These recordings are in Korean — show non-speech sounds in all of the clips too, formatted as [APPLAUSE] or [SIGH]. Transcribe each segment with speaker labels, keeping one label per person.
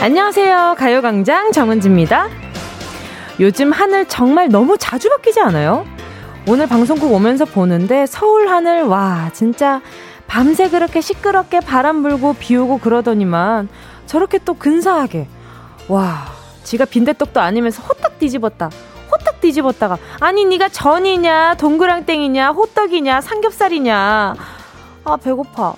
Speaker 1: 안녕하세요. 가요광장 정은지입니다. 요즘 하늘 정말 너무 자주 바뀌지 않아요? 오늘 방송국 오면서 보는데 서울 하늘, 와, 진짜 밤새 그렇게 시끄럽게 바람 불고 비 오고 그러더니만 저렇게 또 근사하게, 와, 지가 빈대떡도 아니면서 호떡 뒤집었다. 호떡 뒤집었다가 아니 네가 전이냐 동그랑땡이냐 호떡이냐 삼겹살이냐 아 배고파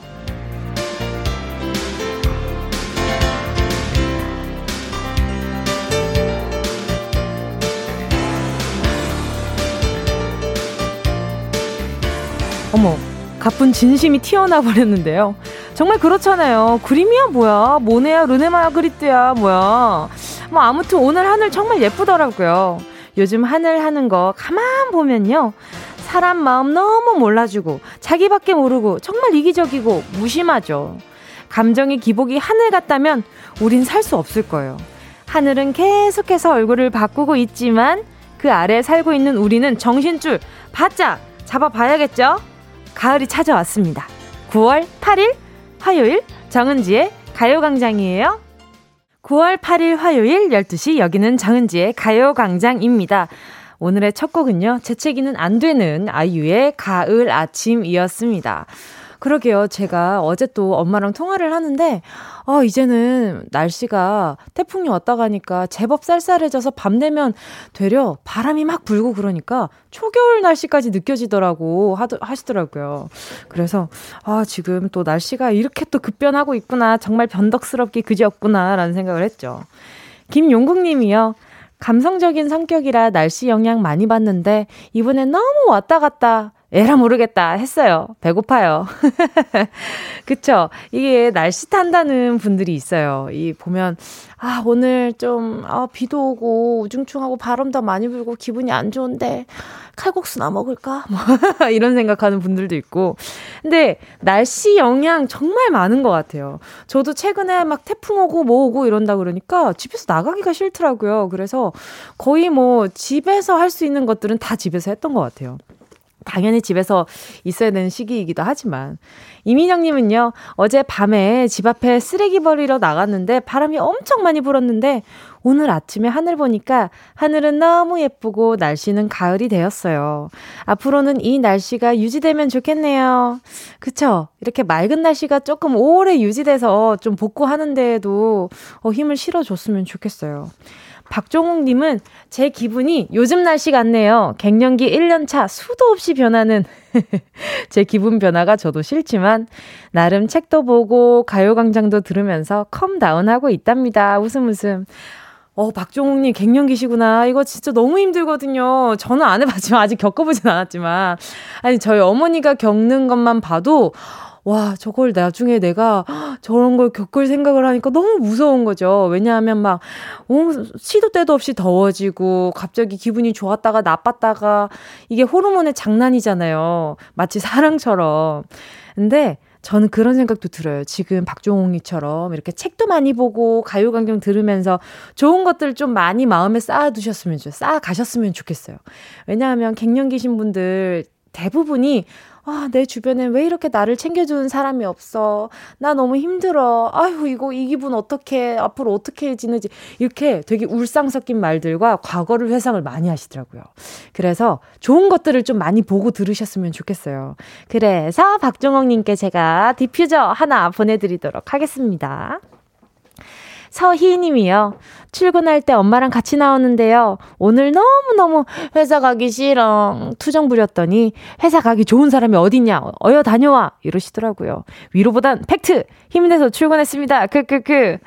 Speaker 1: 어머, 가쁜 진심이 튀어나 버렸는데요. 정말 그렇잖아요. 그림이야 뭐야, 모네야, 르네마그리트야 뭐야. 뭐 아무튼 오늘 하늘 정말 예쁘더라고요. 요즘 하늘 하는 거 가만 보면요. 사람 마음 너무 몰라주고 자기밖에 모르고 정말 이기적이고 무심하죠. 감정의 기복이 하늘 같다면 우린 살 수 없을 거예요. 하늘은 계속해서 얼굴을 바꾸고 있지만 그 아래 살고 있는 우리는 정신줄 바짝 잡아봐야겠죠? 가을이 찾아왔습니다. 9월 8일 화요일 정은지의 가요광장이에요. 9월 8일 화요일 12시 여기는 정은지의 가요광장입니다. 오늘의 첫 곡은요. 재채기는 안 되는 아이유의 가을 아침이었습니다. 그러게요. 제가 어제 또 엄마랑 통화를 하는데, 아, 이제는 날씨가 태풍이 왔다 가니까 제법 쌀쌀해져서 밤 되면 되려 바람이 막 불고 그러니까 초겨울 날씨까지 느껴지더라고 하도, 하시더라고요. 그래서, 아, 지금 또 날씨가 이렇게 또 급변하고 있구나. 정말 변덕스럽기 그지없구나. 라는 생각을 했죠. 김용국 님이요. 감성적인 성격이라 날씨 영향 많이 받는데, 이번엔 너무 왔다 갔다 에라 모르겠다 했어요. 배고파요. [LAUGHS] 그쵸? 이게 날씨 탄다는 분들이 있어요. 이 보면 아 오늘 좀 아, 비도 오고 우중충하고 바람도 많이 불고 기분이 안 좋은데 칼국수나 먹을까? [LAUGHS] 뭐 이런 생각하는 분들도 있고. 근데 날씨 영향 정말 많은 것 같아요. 저도 최근에 막 태풍 오고 뭐 오고 이런다 그러니까 집에서 나가기가 싫더라고요. 그래서 거의 뭐 집에서 할 수 있는 것들은 다 집에서 했던 것 같아요. 당연히 집에서 있어야 되는 시기이기도 하지만 이민영님은요 어제 밤에 집 앞에 쓰레기 버리러 나갔는데 바람이 엄청 많이 불었는데 오늘 아침에 하늘 보니까 하늘은 너무 예쁘고 날씨는 가을이 되었어요. 앞으로는 이 날씨가 유지되면 좋겠네요. 그쵸? 이렇게 맑은 날씨가 조금 오래 유지돼서 좀 복구하는 데에도 어, 힘을 실어줬으면 좋겠어요. 박종욱님은 제 기분이 요즘 날씨 같네요. 갱년기 1년차 수도 없이 변하는 [LAUGHS] 제 기분 변화가 저도 싫지만 나름 책도 보고 가요광장도 들으면서 컴다운하고 있답니다. 웃음 웃음. 어, 박종욱님 갱년기시구나. 이거 진짜 너무 힘들거든요. 저는 안 해봤지만 아직 겪어보진 않았지만 아니 저희 어머니가 겪는 것만 봐도 와, 저걸 나중에 내가 저런 걸 겪을 생각을 하니까 너무 무서운 거죠. 왜냐하면 막, 온, 시도 때도 없이 더워지고, 갑자기 기분이 좋았다가 나빴다가, 이게 호르몬의 장난이잖아요. 마치 사랑처럼. 근데, 저는 그런 생각도 들어요. 지금 박종욱이처럼 이렇게 책도 많이 보고 가요광경 들으면서 좋은 것들 좀 많이 마음에 쌓아두셨으면 좋, 쌓아가셨으면 좋겠어요. 왜냐하면 갱년기신 분들 대부분이 아, 내 주변에 왜 이렇게 나를 챙겨주는 사람이 없어. 나 너무 힘들어. 아유, 이거, 이 기분 어떻게, 앞으로 어떻게 지내지. 이렇게 되게 울상 섞인 말들과 과거를 회상을 많이 하시더라고요. 그래서 좋은 것들을 좀 많이 보고 들으셨으면 좋겠어요. 그래서 박종옥님께 제가 디퓨저 하나 보내드리도록 하겠습니다. 서희님이요. 출근할 때 엄마랑 같이 나오는데요. 오늘 너무너무 회사 가기 싫어. 투정 부렸더니 회사 가기 좋은 사람이 어딨냐. 어여 다녀와. 이러시더라고요. 위로보단 팩트! 힘내서 출근했습니다. 크크크.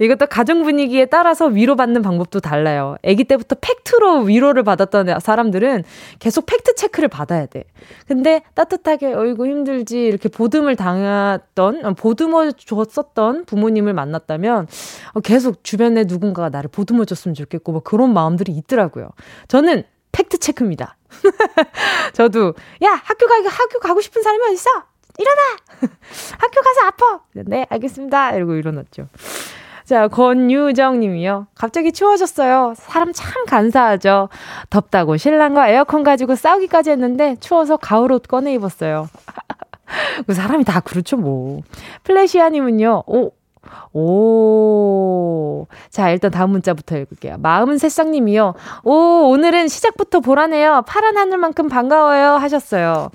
Speaker 1: 이것도 가정 분위기에 따라서 위로받는 방법도 달라요. 아기 때부터 팩트로 위로를 받았던 사람들은 계속 팩트 체크를 받아야 돼. 근데 따뜻하게 어이구 힘들지 이렇게 보듬을 당했던 보듬어 줬었던 부모님을 만났다면 어, 계속 주변에 누군가가 나를 보듬어 줬으면 좋겠고 막 그런 마음들이 있더라고요. 저는 팩트 체크입니다. 저도 야 학교 가기 학교 가고 싶은 사람이 어디 있어? 일어나! [LAUGHS] 학교 가서 아파! 네, 알겠습니다. 이러고 일어났죠. 자, 권유정 님이요. 갑자기 추워졌어요. 사람 참 간사하죠. 덥다고 신랑과 에어컨 가지고 싸우기까지 했는데 추워서 가을 옷 꺼내 [LAUGHS] 입었어요. 그 사람이 다 그렇죠, 뭐. 플래시아 님은요. 오, 오. 자, 일단 다음 문자부터 읽을게요. 마음은 새싹님이요. 오, 오늘은 시작부터 보라네요. 파란 하늘만큼 반가워요. 하셨어요.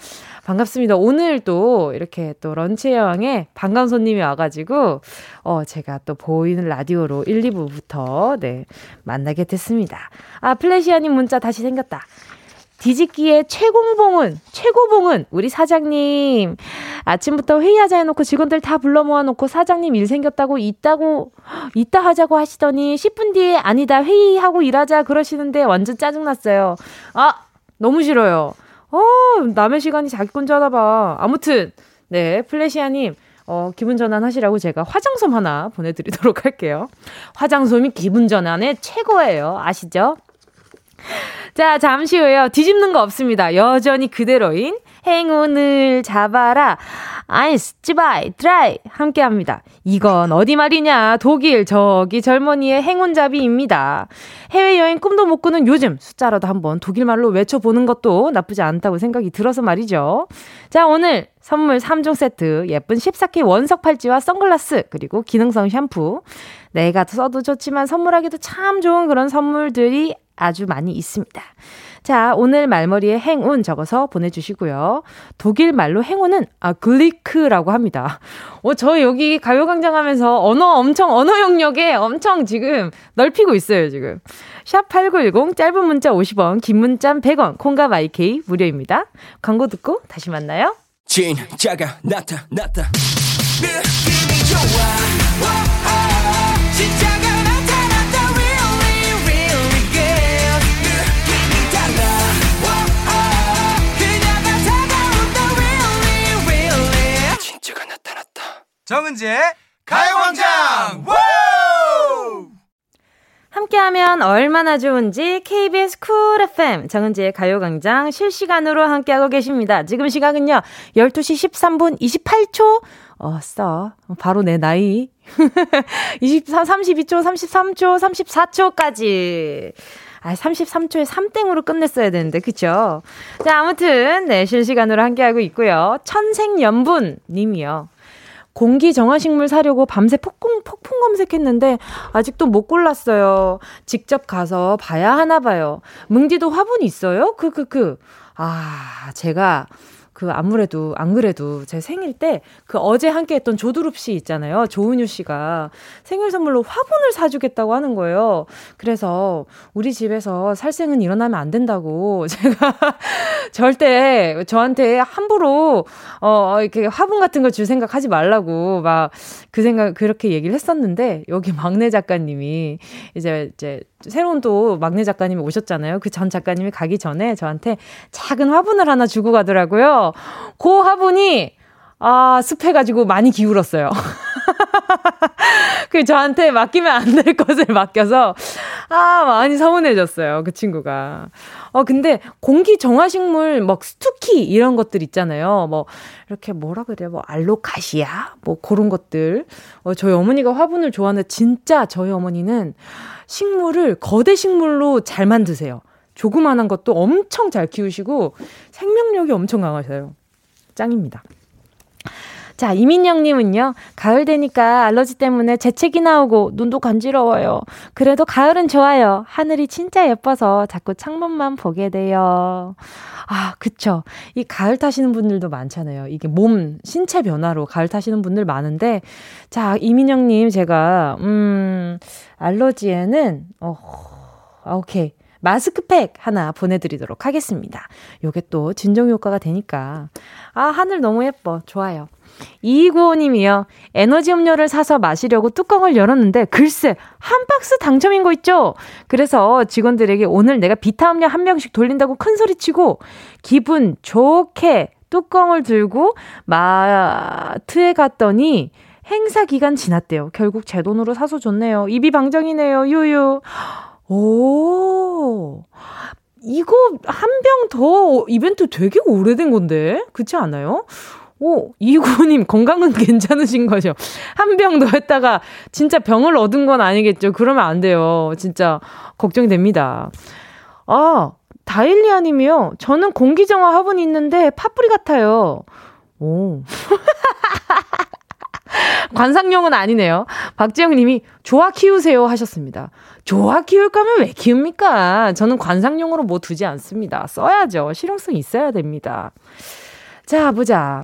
Speaker 1: 반갑습니다. 오늘 또 이렇게 또 런치 여왕에 반가운 손님이 와가지고, 어, 제가 또 보이는 라디오로 1, 2부부터, 네, 만나게 됐습니다. 아, 플래시아님 문자 다시 생겼다. 뒤집기의 최공봉은, 최고봉은 우리 사장님. 아침부터 회의하자 해놓고 직원들 다 불러 모아놓고 사장님 일 생겼다고 있다고, 있다 하자고 하시더니 10분 뒤에 아니다, 회의하고 일하자 그러시는데 완전 짜증났어요. 아, 너무 싫어요. 어, 남의 시간이 자기 건지 하나 봐. 아무튼, 네, 플래시아님. 어, 기분 전환하시라고 제가 화장솜 하나 보내드리도록 할게요. 화장솜이 기분 전환의 최고예요. 아시죠? 자, 잠시 후에요. 뒤집는 거 없습니다. 여전히 그대로인 행운을 잡아라. 아이스, 찌바이, 드라이. 함께 합니다. 이건 어디 말이냐. 독일, 저기 젊은이의 행운잡이입니다. 해외여행 꿈도 못 꾸는 요즘 숫자라도 한번 독일말로 외쳐보는 것도 나쁘지 않다고 생각이 들어서 말이죠. 자, 오늘 선물 3종 세트, 예쁜 14K 원석 팔찌와 선글라스, 그리고 기능성 샴푸. 내가 써도 좋지만 선물하기도 참 좋은 그런 선물들이 아주 많이 있습니다. 자, 오늘 말머리에 행운 적어서 보내주시고요. 독일 말로 행운은 아, 글리크라고 합니다. 어, 저 여기 가요광장 하면서 언어 엄청, 언어 영역에 엄청 지금 넓히고 있어요, 지금. 샵8910, 짧은 문자 50원, 긴 문자 100원, 콩과 마이케이 무료입니다. 광고 듣고 다시 만나요.
Speaker 2: 진짜가 나타났다 느낌이 좋아 워아 진짜가 나타났다 really really good 느낌이 달라 워아 그녀가 다가온다 really really 진짜가 나타났다 정은지의 가요광장 워
Speaker 1: 함께하면 얼마나 좋은지 KBS 쿨 FM 정은지의 가요광장 실시간으로 함께하고 계십니다. 지금 시각은요 12시 13분 28초 어써 바로 내 나이 [LAUGHS] 23, 32초 33초 34초까지 아, 33초에 3땡으로 끝냈어야 되는데, 그쵸? 자, 아무튼, 네, 실시간으로 함께하고 있고요. 천생연분 님이요. 공기 정화식물 사려고 밤새 폭풍, 폭풍 검색했는데 아직도 못 골랐어요. 직접 가서 봐야 하나 봐요. 뭉디도 화분 있어요? 그, 그, 그. 아, 제가 그 아무래도 안 그래도 제 생일 때 그 어제 함께 했던 조두룹 씨 있잖아요. 조은유 씨가 생일 선물로 화분을 사주겠다고 하는 거예요. 그래서 우리 집에서 살생은 일어나면 안 된다고 [LAUGHS] 제가 절대 저한테 함부로 어 이렇게 화분 같은 걸 줄 생각 하지 말라고 막 그 생각 그렇게 얘기를 했었는데 여기 막내 작가님이 이제 이제 새로운 또 막내 작가님이 오셨잖아요. 그 전 작가님이 가기 전에 저한테 작은 화분을 하나 주고 가더라고요. 그 화분이 아, 습해가지고 많이 기울었어요. [LAUGHS] 그 저한테 맡기면 안 될 것을 맡겨서 아 많이 서운해졌어요 그 친구가. 어 근데 공기 정화식물 막 스투키 이런 것들 있잖아요. 뭐 이렇게 뭐라 그래 뭐 알로카시아 뭐 그런 것들. 어 저희 어머니가 화분을 좋아하는데 진짜 저희 어머니는 식물을 거대 식물로 잘 만드세요. 조그만한 것도 엄청 잘 키우시고 생명력이 엄청 강하셔요. 짱입니다. 자, 이민영님은요, 가을 되니까 알러지 때문에 재채기 나오고 눈도 간지러워요. 그래도 가을은 좋아요. 하늘이 진짜 예뻐서 자꾸 창문만 보게 돼요. 아, 그쵸. 이 가을 타시는 분들도 많잖아요. 이게 몸, 신체 변화로 가을 타시는 분들 많은데, 자, 이민영님, 제가, 음, 알러지에는, 어, 아, 오케이. 마스크팩 하나 보내드리도록 하겠습니다. 요게 또 진정 효과가 되니까. 아, 하늘 너무 예뻐. 좋아요. 2295님이요. 에너지 음료를 사서 마시려고 뚜껑을 열었는데, 글쎄, 한 박스 당첨인 거 있죠? 그래서 직원들에게 오늘 내가 비타 음료 한 명씩 돌린다고 큰 소리 치고, 기분 좋게 뚜껑을 들고 마트에 갔더니, 행사 기간 지났대요. 결국 제 돈으로 사서 줬네요. 입이 방정이네요. 유유. 오. 이거 한 병 더 이벤트 되게 오래된 건데? 그렇지 않아요? 오, 이구님 건강은 [LAUGHS] 괜찮으신 거죠? 한 병 더 했다가 진짜 병을 얻은 건 아니겠죠? 그러면 안 돼요. 진짜 걱정이 됩니다. 아, 다일리아 님이요. 저는 공기정화 화분 있는데 파뿌리 같아요. 오. 관상용은 아니네요. 박지영 님이 좋아 키우세요 하셨습니다. 좋아 키울 거면 왜 키웁니까? 저는 관상용으로 뭐 두지 않습니다. 써야죠. 실용성 있어야 됩니다. 자, 보자.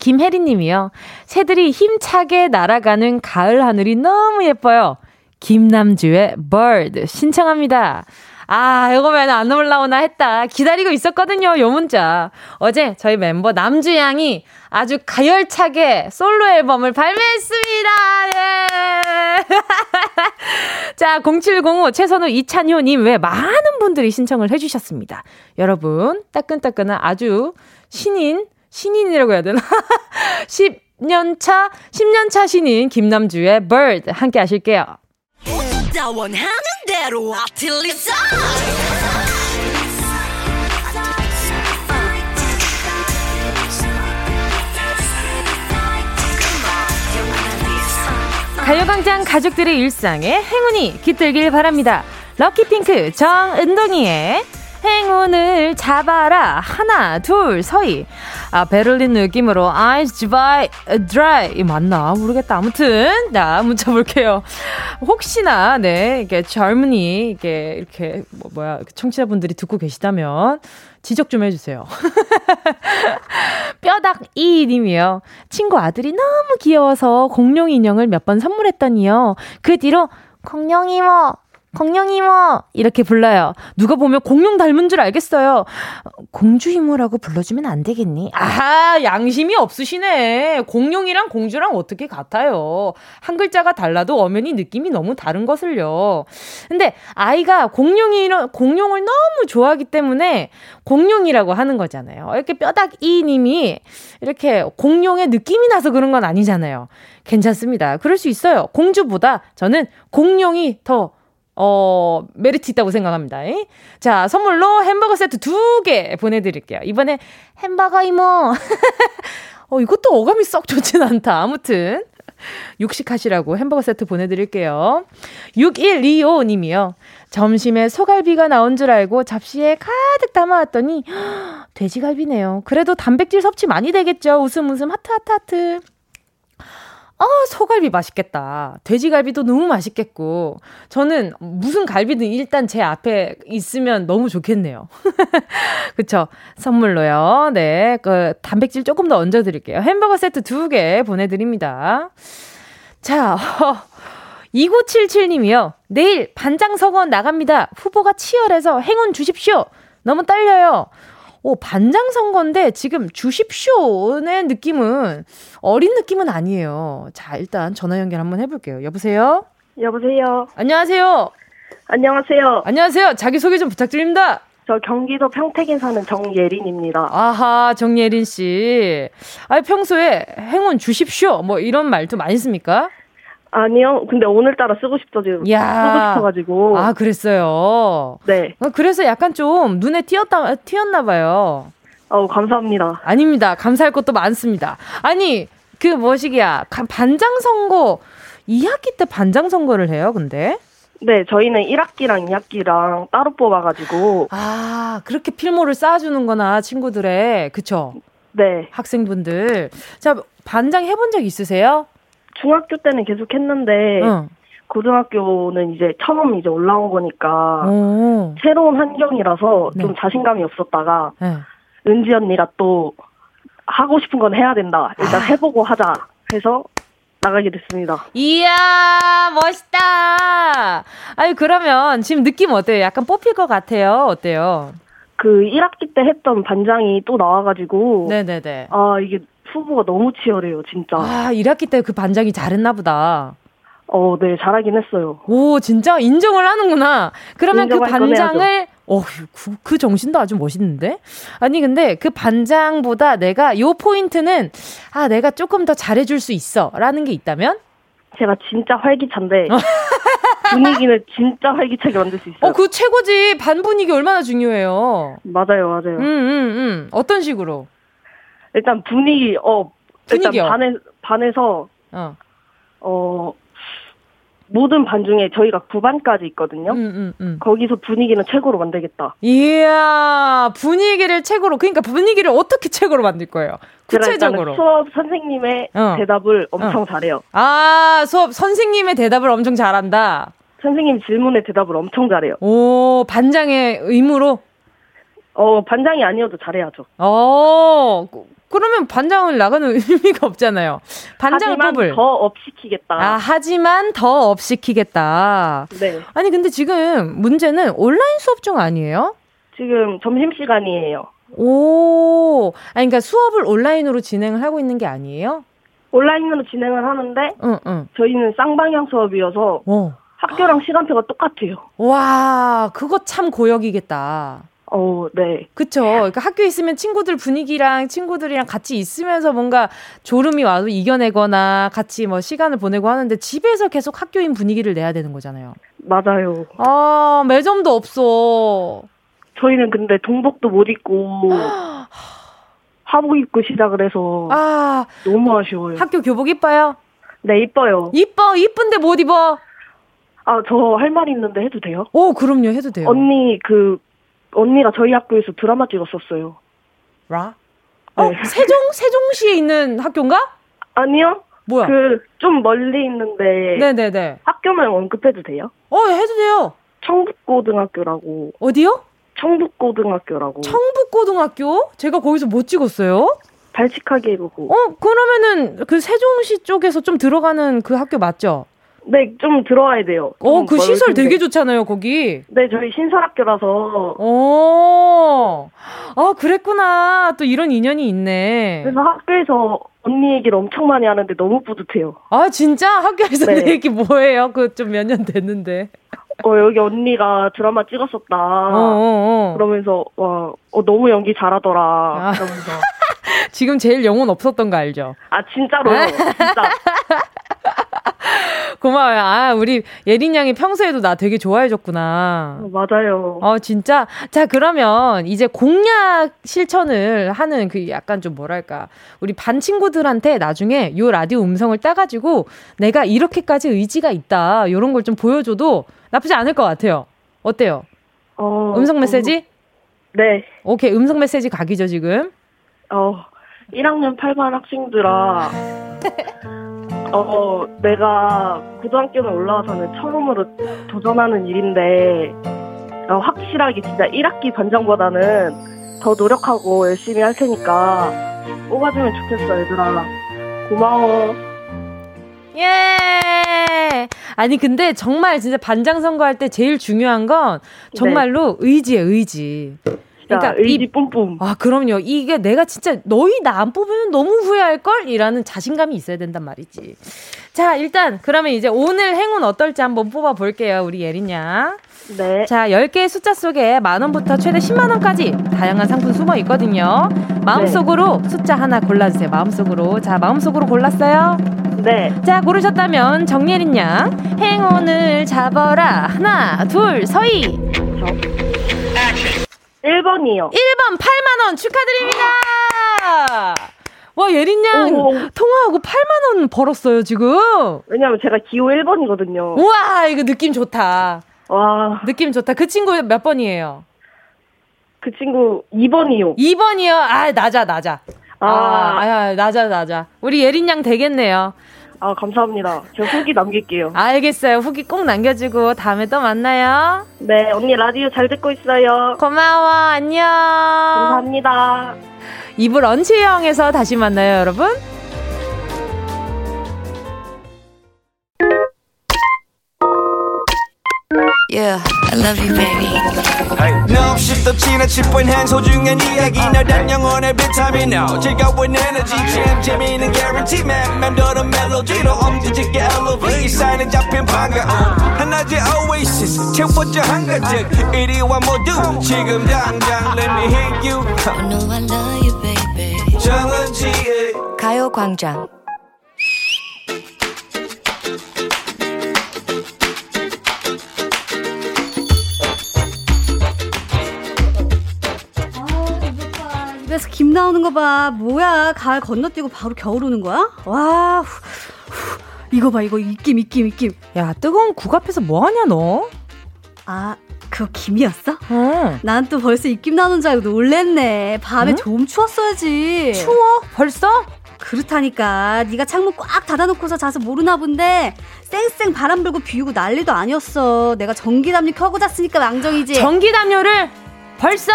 Speaker 1: 김혜리 님이요. 새들이 힘차게 날아가는 가을 하늘이 너무 예뻐요. 김남주의 Bird 신청합니다. 아, 이거 왜 안 올라오나 했다. 기다리고 있었거든요, 요 문자. 어제 저희 멤버 남주양이 아주 가열차게 솔로 앨범을 발매했습니다. 예. [LAUGHS] 자, 0705 최선우 이찬효님 외 많은 분들이 신청을 해주셨습니다. 여러분, 따끈따끈한 아주 신인, 신인이라고 해야 되나? [LAUGHS] 10년 차, 10년 차 신인 김남주의 Bird 함께 하실게요.
Speaker 3: 다 원하는 대로 아틀리사
Speaker 1: 가요광장 가족들의 일상에 행운이 깃들길 바랍니다. 럭키핑크 정은동이의 행운을 잡아라 하나 둘 서희 아 베를린 느낌으로 아이스 바이 드라이 맞나 모르겠다 아무튼 나 문자 볼게요 혹시나 네 이게 젊은이 이게 이렇게 뭐, 뭐야 청취자분들이 듣고 계시다면 지적 좀 해주세요 뼈닥 이님이요. 친구 아들이 너무 귀여워서 공룡 인형을 몇 번 선물했더니요. 그 뒤로 공룡 이모, 공룡 이모 이렇게 불러요. 누가 보면 공룡 닮은 줄 알겠어요. 공주 이모라고 불러주면 안 되겠니? 아 양심이 없으시네. 공룡이랑 공주랑 어떻게 같아요? 한 글자가 달라도 엄연히 느낌이 너무 다른 것을요. 근데 아이가 공룡이 공룡을 너무 좋아하기 때문에 공룡이라고 하는 거잖아요. 이렇게 뼈닥이님이 이렇게 공룡의 느낌이 나서 그런 건 아니잖아요. 괜찮습니다. 그럴 수 있어요. 공주보다 저는 공룡이 더 어, 메리트 있다고 생각합니다. 에? 자, 선물로 햄버거 세트 두 개 보내드릴게요. 이번에 햄버거 이모. [LAUGHS] 어, 이것도 어감이 썩 좋진 않다. 아무튼. 육식하시라고 햄버거 세트 보내드릴게요. 6125님이요. 점심에 소갈비가 나온 줄 알고 접시에 가득 담아왔더니 [GASPS] 헉, 돼지갈비네요. 그래도 단백질 섭취 많이 되겠죠. 웃음 웃음 하트 하트 하트. 아, 소갈비 맛있겠다. 돼지갈비도 너무 맛있겠고. 저는 무슨 갈비든 일단 제 앞에 있으면 너무 좋겠네요. [LAUGHS] 그쵸. 선물로요. 네. 그, 단백질 조금 더 얹어드릴게요. 햄버거 세트 두 개 보내드립니다. 자, [LAUGHS] 어, 2977님이요. 내일 반장 서원 나갑니다. 후보가 치열해서 행운 주십시오. 너무 떨려요. 오, 반장 선거인데 지금 주십쇼의 느낌은 어린 느낌은 아니에요. 자, 일단 전화 연결 한번 해볼게요. 여보세요?
Speaker 4: 여보세요.
Speaker 1: 안녕하세요.
Speaker 4: 안녕하세요.
Speaker 1: 안녕하세요. 자기소개 좀 부탁드립니다.
Speaker 4: 저 경기도 평택에 사는 정예린입니다.
Speaker 1: 아하, 정예린 씨. 아, 평소에 행운 주십쇼 뭐 이런 말도 많이 씁니까?
Speaker 4: 아니요. 근데 오늘따라 쓰고 싶어지고 쓰고
Speaker 1: 야.
Speaker 4: 싶어가지고.
Speaker 1: 아, 그랬어요.
Speaker 4: 네.
Speaker 1: 아, 그래서 약간 좀 눈에 띄었다 띄었나 봐요.
Speaker 4: 어우 감사합니다.
Speaker 1: 아닙니다. 감사할 것도 많습니다. 아니, 그 뭐시기야. 가- 반장 선거 2학기 때 반장 선거를 해요, 근데?
Speaker 4: 네, 저희는 1학기랑 2학기랑 따로 뽑아가지고.
Speaker 1: 아, 그렇게 필모를 쌓아주는 거나, 친구들의. 그쵸?
Speaker 4: 네.
Speaker 1: 학생분들. 자, 반장 해본 적 있으세요?
Speaker 4: 중학교 때는 계속 했는데
Speaker 1: 응.
Speaker 4: 고등학교는 이제 처음 이제 올라온 거니까.
Speaker 1: 오.
Speaker 4: 새로운 환경이라서
Speaker 1: 네.
Speaker 4: 좀 자신감이 없었다가
Speaker 1: 네.
Speaker 4: 은지 언니가 또 하고 싶은 건 해야 된다.
Speaker 1: 아.
Speaker 4: 일단 해보고 하자 해서 나가게 됐습니다.
Speaker 1: 이야, 멋있다! 아니, 그러면 지금 느낌 어때요? 약간 뽑힐 것 같아요? 어때요?
Speaker 4: 그 1학기 때 했던 반장이 또 나와가지고
Speaker 1: 네네네.
Speaker 4: 아 이게 후보가 너무 치열해요 진짜
Speaker 1: 아, 1학기 때 그 반장이 잘했나 보다.
Speaker 4: 어 네 잘하긴 했어요
Speaker 1: 아. 오, 진짜 인정을 하는구나. 그러면 그
Speaker 4: 인정할 건
Speaker 1: 반장을 어휴, 그, 그 정신도 아주 멋있는데? 아니, 근데 그 반장보다 내가 요 포인트는 아, 내가 조금 더 잘해줄 수 있어. 라는 게 있다면?
Speaker 4: 제가 진짜 활기찬데 분위기는 진짜 활기차게 만들 수 있어요
Speaker 1: 어, 그 최고지. 반 분위기 얼마나 중요해요.
Speaker 4: 맞아요 맞아요
Speaker 1: 음, 음, 음. 어떤 식으로?
Speaker 4: 일단 분위기 어 일단
Speaker 1: 분위기요?
Speaker 4: 반에 반에서
Speaker 1: 어.
Speaker 4: 어 모든 반 중에 저희가 9반까지 있거든요.
Speaker 1: 음, 음, 음.
Speaker 4: 거기서 분위기는 최고로 만들겠다.
Speaker 1: 이야, 분위기를 책으로, 그러니까 분위기를 어떻게 책으로 만들 거예요?
Speaker 4: 제가 일단은
Speaker 1: 구체적으로.
Speaker 4: 수업 선생님의
Speaker 1: 어.
Speaker 4: 대답을 엄청 잘해요.
Speaker 1: 아, 수업 선생님의 대답을 엄청 잘한다.
Speaker 4: 선생님 질문에 대답을 엄청 잘해요.
Speaker 1: 오, 반장의 의무로?
Speaker 4: 어, 반장이 아니어도 잘해야죠.
Speaker 1: 어, 그- 그러면 반장을 나가는 의미가 없잖아요. 반장을
Speaker 4: 하지만
Speaker 1: 뽑을.
Speaker 4: 더 업시키겠다.
Speaker 1: 아, 하지만 더 업 시키겠다.
Speaker 4: 네.
Speaker 1: 아니, 근데 지금 문제는 온라인 수업 중 아니에요?
Speaker 4: 지금 점심시간이에요.
Speaker 1: 오, 아니, 그러니까 수업을 온라인으로 진행을 하고 있는 게 아니에요?
Speaker 4: 온라인으로 진행을 하는데
Speaker 1: 응, 응.
Speaker 4: 저희는 쌍방향 수업이어서
Speaker 1: 어.
Speaker 4: 학교랑 시간표가 똑같아요.
Speaker 1: 와, 그거 참 고역이겠다.
Speaker 4: 어, 네.
Speaker 1: 그쵸. 그러니까 학교에 있으면 친구들 분위기랑 친구들이랑 같이 있으면서 뭔가 졸음이 와도 이겨내거나 같이 뭐 시간을 보내고 하는데 집에서 계속 학교인 분위기를 내야 되는 거잖아요.
Speaker 4: 맞아요.
Speaker 1: 아, 매점도 없어.
Speaker 4: 저희는 근데 동복도 못
Speaker 1: [GASPS]
Speaker 4: 입고 화복 입고 시작을 해서
Speaker 1: 아,
Speaker 4: 너무 아쉬워요.
Speaker 1: 학교 교복 이뻐요?
Speaker 4: 네, 이뻐요.
Speaker 1: 어, 이뻐, 이쁜데 못 입어.
Speaker 4: 아, 저 할 말 있는데 해도 돼요?
Speaker 1: 오, 그럼요. 해도 돼요.
Speaker 4: 언니 그 언니가 저희 학교에서 드라마 찍었었어요.
Speaker 1: 라? 어,
Speaker 4: 네.
Speaker 1: 세종? 세종시에 있는 학교인가?
Speaker 4: 아니요.
Speaker 1: 뭐야?
Speaker 4: 그 좀 멀리 있는데
Speaker 1: 네네네.
Speaker 4: 학교만 언급해도 돼요?
Speaker 1: 어, 해도 돼요.
Speaker 4: 청북고등학교라고
Speaker 1: 어디요?
Speaker 4: 청북고등학교라고
Speaker 1: 청북고등학교? 제가 거기서 못 찍었어요.
Speaker 4: 발칙하게 이러고
Speaker 1: 어, 그러면은 그 세종시 쪽에서 좀 들어가는 그 학교 맞죠?
Speaker 4: 네 좀 들어와야 돼요.
Speaker 1: 어, 그
Speaker 4: 좀
Speaker 1: 시설
Speaker 4: 멀긴데.
Speaker 1: 되게 좋잖아요, 거기.
Speaker 4: 네 저희 신설학교라서
Speaker 1: 어, 아, 그랬구나. 또 이런 인연이 있네.
Speaker 4: 그래서 학교에서 언니 얘기를 엄청 많이 하는데 너무 뿌듯해요.
Speaker 1: 아, 진짜? 학교에서
Speaker 4: 네.
Speaker 1: 내 얘기 뭐예요? 그 좀 몇 년 됐는데.
Speaker 4: 어 여기 언니가 드라마 찍었었다.
Speaker 1: 어, 어, 어.
Speaker 4: 그러면서 와 어, 너무 연기 잘하더라.
Speaker 1: 아.
Speaker 4: 그러면서
Speaker 1: 지금 제일 영혼 없었던 거 알죠?
Speaker 4: 아
Speaker 1: [LAUGHS]
Speaker 4: 진짜로요. 진짜
Speaker 1: 고마워요. 아, 우리 예린 양이 평소에도 나 되게 좋아해줬구나.
Speaker 4: 어, 맞아요.
Speaker 1: 어, 진짜? 자, 그러면 이제 공약 실천을 하는 그 약간 좀 뭐랄까. 우리 반 친구들한테 나중에 요 라디오 음성을 따가지고 내가 이렇게까지 의지가 있다. 요런 걸 좀 보여줘도 나쁘지 않을 것 같아요. 어때요?
Speaker 4: 어,
Speaker 1: 음성 메시지?
Speaker 4: 음, 네.
Speaker 1: 오케이, 음성 메시지 각이죠, 지금.
Speaker 4: 어, 1학년 8반 학생들아. 어, 내가 고등학교를 올라와서는 처음으로 도전하는 일인데, 어, 확실하게 진짜 1학기 반장보다는 더 노력하고 열심히 할 테니까 뽑아주면 좋겠어, 얘들아. 고마워.
Speaker 1: 예! 아니, 근데 정말 진짜 반장 선거할 때 제일 중요한 건 정말로 의지예요, 의지.
Speaker 4: 진짜
Speaker 1: 그러니까 이-
Speaker 4: 네. 의지 뿜뿜.
Speaker 1: 아, 그럼요. 이게 내가 진짜 너희 나 안 뽑으면 너무 후회할걸? 이라는 자신감이 있어야 된단 말이지. 자, 일단, 그러면 이제 오늘 행운 어떨지 한번 뽑아볼게요. 우리 예린 양.
Speaker 4: 네.
Speaker 1: 자, 10개의 숫자 속에 만원부터 최대 10만원까지 다양한 상품 숨어 있거든요. 마음속으로
Speaker 4: 네.
Speaker 1: 숫자 하나 골라주세요. 마음속으로. 자, 마음속으로 골랐어요.
Speaker 4: 네.
Speaker 1: 자, 고르셨다면 정예린 양. 행운을 잡아라. 하나, 둘, 서희.
Speaker 4: 1번이요.
Speaker 1: 1번 8만 원 축하드립니다. 와 예린 양
Speaker 4: 오.
Speaker 1: 통화하고 8만 원 벌었어요 지금.
Speaker 4: 왜냐면 제가 기호 1번이거든요.
Speaker 1: 우와 이거 느낌 좋다.
Speaker 4: 와,
Speaker 1: 느낌 좋다. 그 친구 몇 번이에요?
Speaker 4: 그 친구 2번이요.
Speaker 1: 2번이요. 아 낮아 낮아. 아, 아, 아 낮아 낮아. 우리 예린 양 되겠네요.
Speaker 4: 아, 감사합니다. 제가 후기 남길게요.
Speaker 1: [LAUGHS] 알겠어요. 후기 꼭 남겨주고 다음에 또 만나요.
Speaker 4: 네, 언니 라디오 잘 듣고 있어요.
Speaker 1: 고마워 안녕.
Speaker 4: 감사합니다.
Speaker 1: 이브 런치 여행에서 다시 만나요 여러분.
Speaker 3: Yeah, I love you, baby.
Speaker 2: 너 없이 또 지나칠 뻔한 소중한 이야기 널 닮은 영혼의 비타민 now 즐거운 에너지 참 재미있는 guarantee man 맴도는 멜로디로 엄지짓게 elevate 이 사이는 잡힌 반가움 하나의 oasis 채워져 한가득 이리와 모두 지금 당장 let me hit you
Speaker 3: I know I love you, baby.
Speaker 2: 정은지의
Speaker 3: 가요광장.
Speaker 5: 입에서 김 나오는 거 봐. 뭐야, 가을 건너뛰고 바로 겨울 오는 거야? 와, 후, 후, 이거 봐 이거 입김 입김 입김.
Speaker 1: 야, 뜨거운 국 앞에서 뭐 하냐 너?
Speaker 5: 아 그거 김이었어?
Speaker 1: 응.
Speaker 5: 난 또 벌써 입김 나는 줄 알고 놀랬네. 밤에
Speaker 1: 응?
Speaker 5: 좀 추웠어야지.
Speaker 1: 추워? 벌써?
Speaker 5: 그렇다니까 네가 창문 꽉 닫아놓고서 자서 모르나 본데 쌩쌩 바람 불고 비우고 난리도 아니었어. 내가 전기담요 켜고 잤으니까 망정이지.
Speaker 1: 전기 담요를 벌써?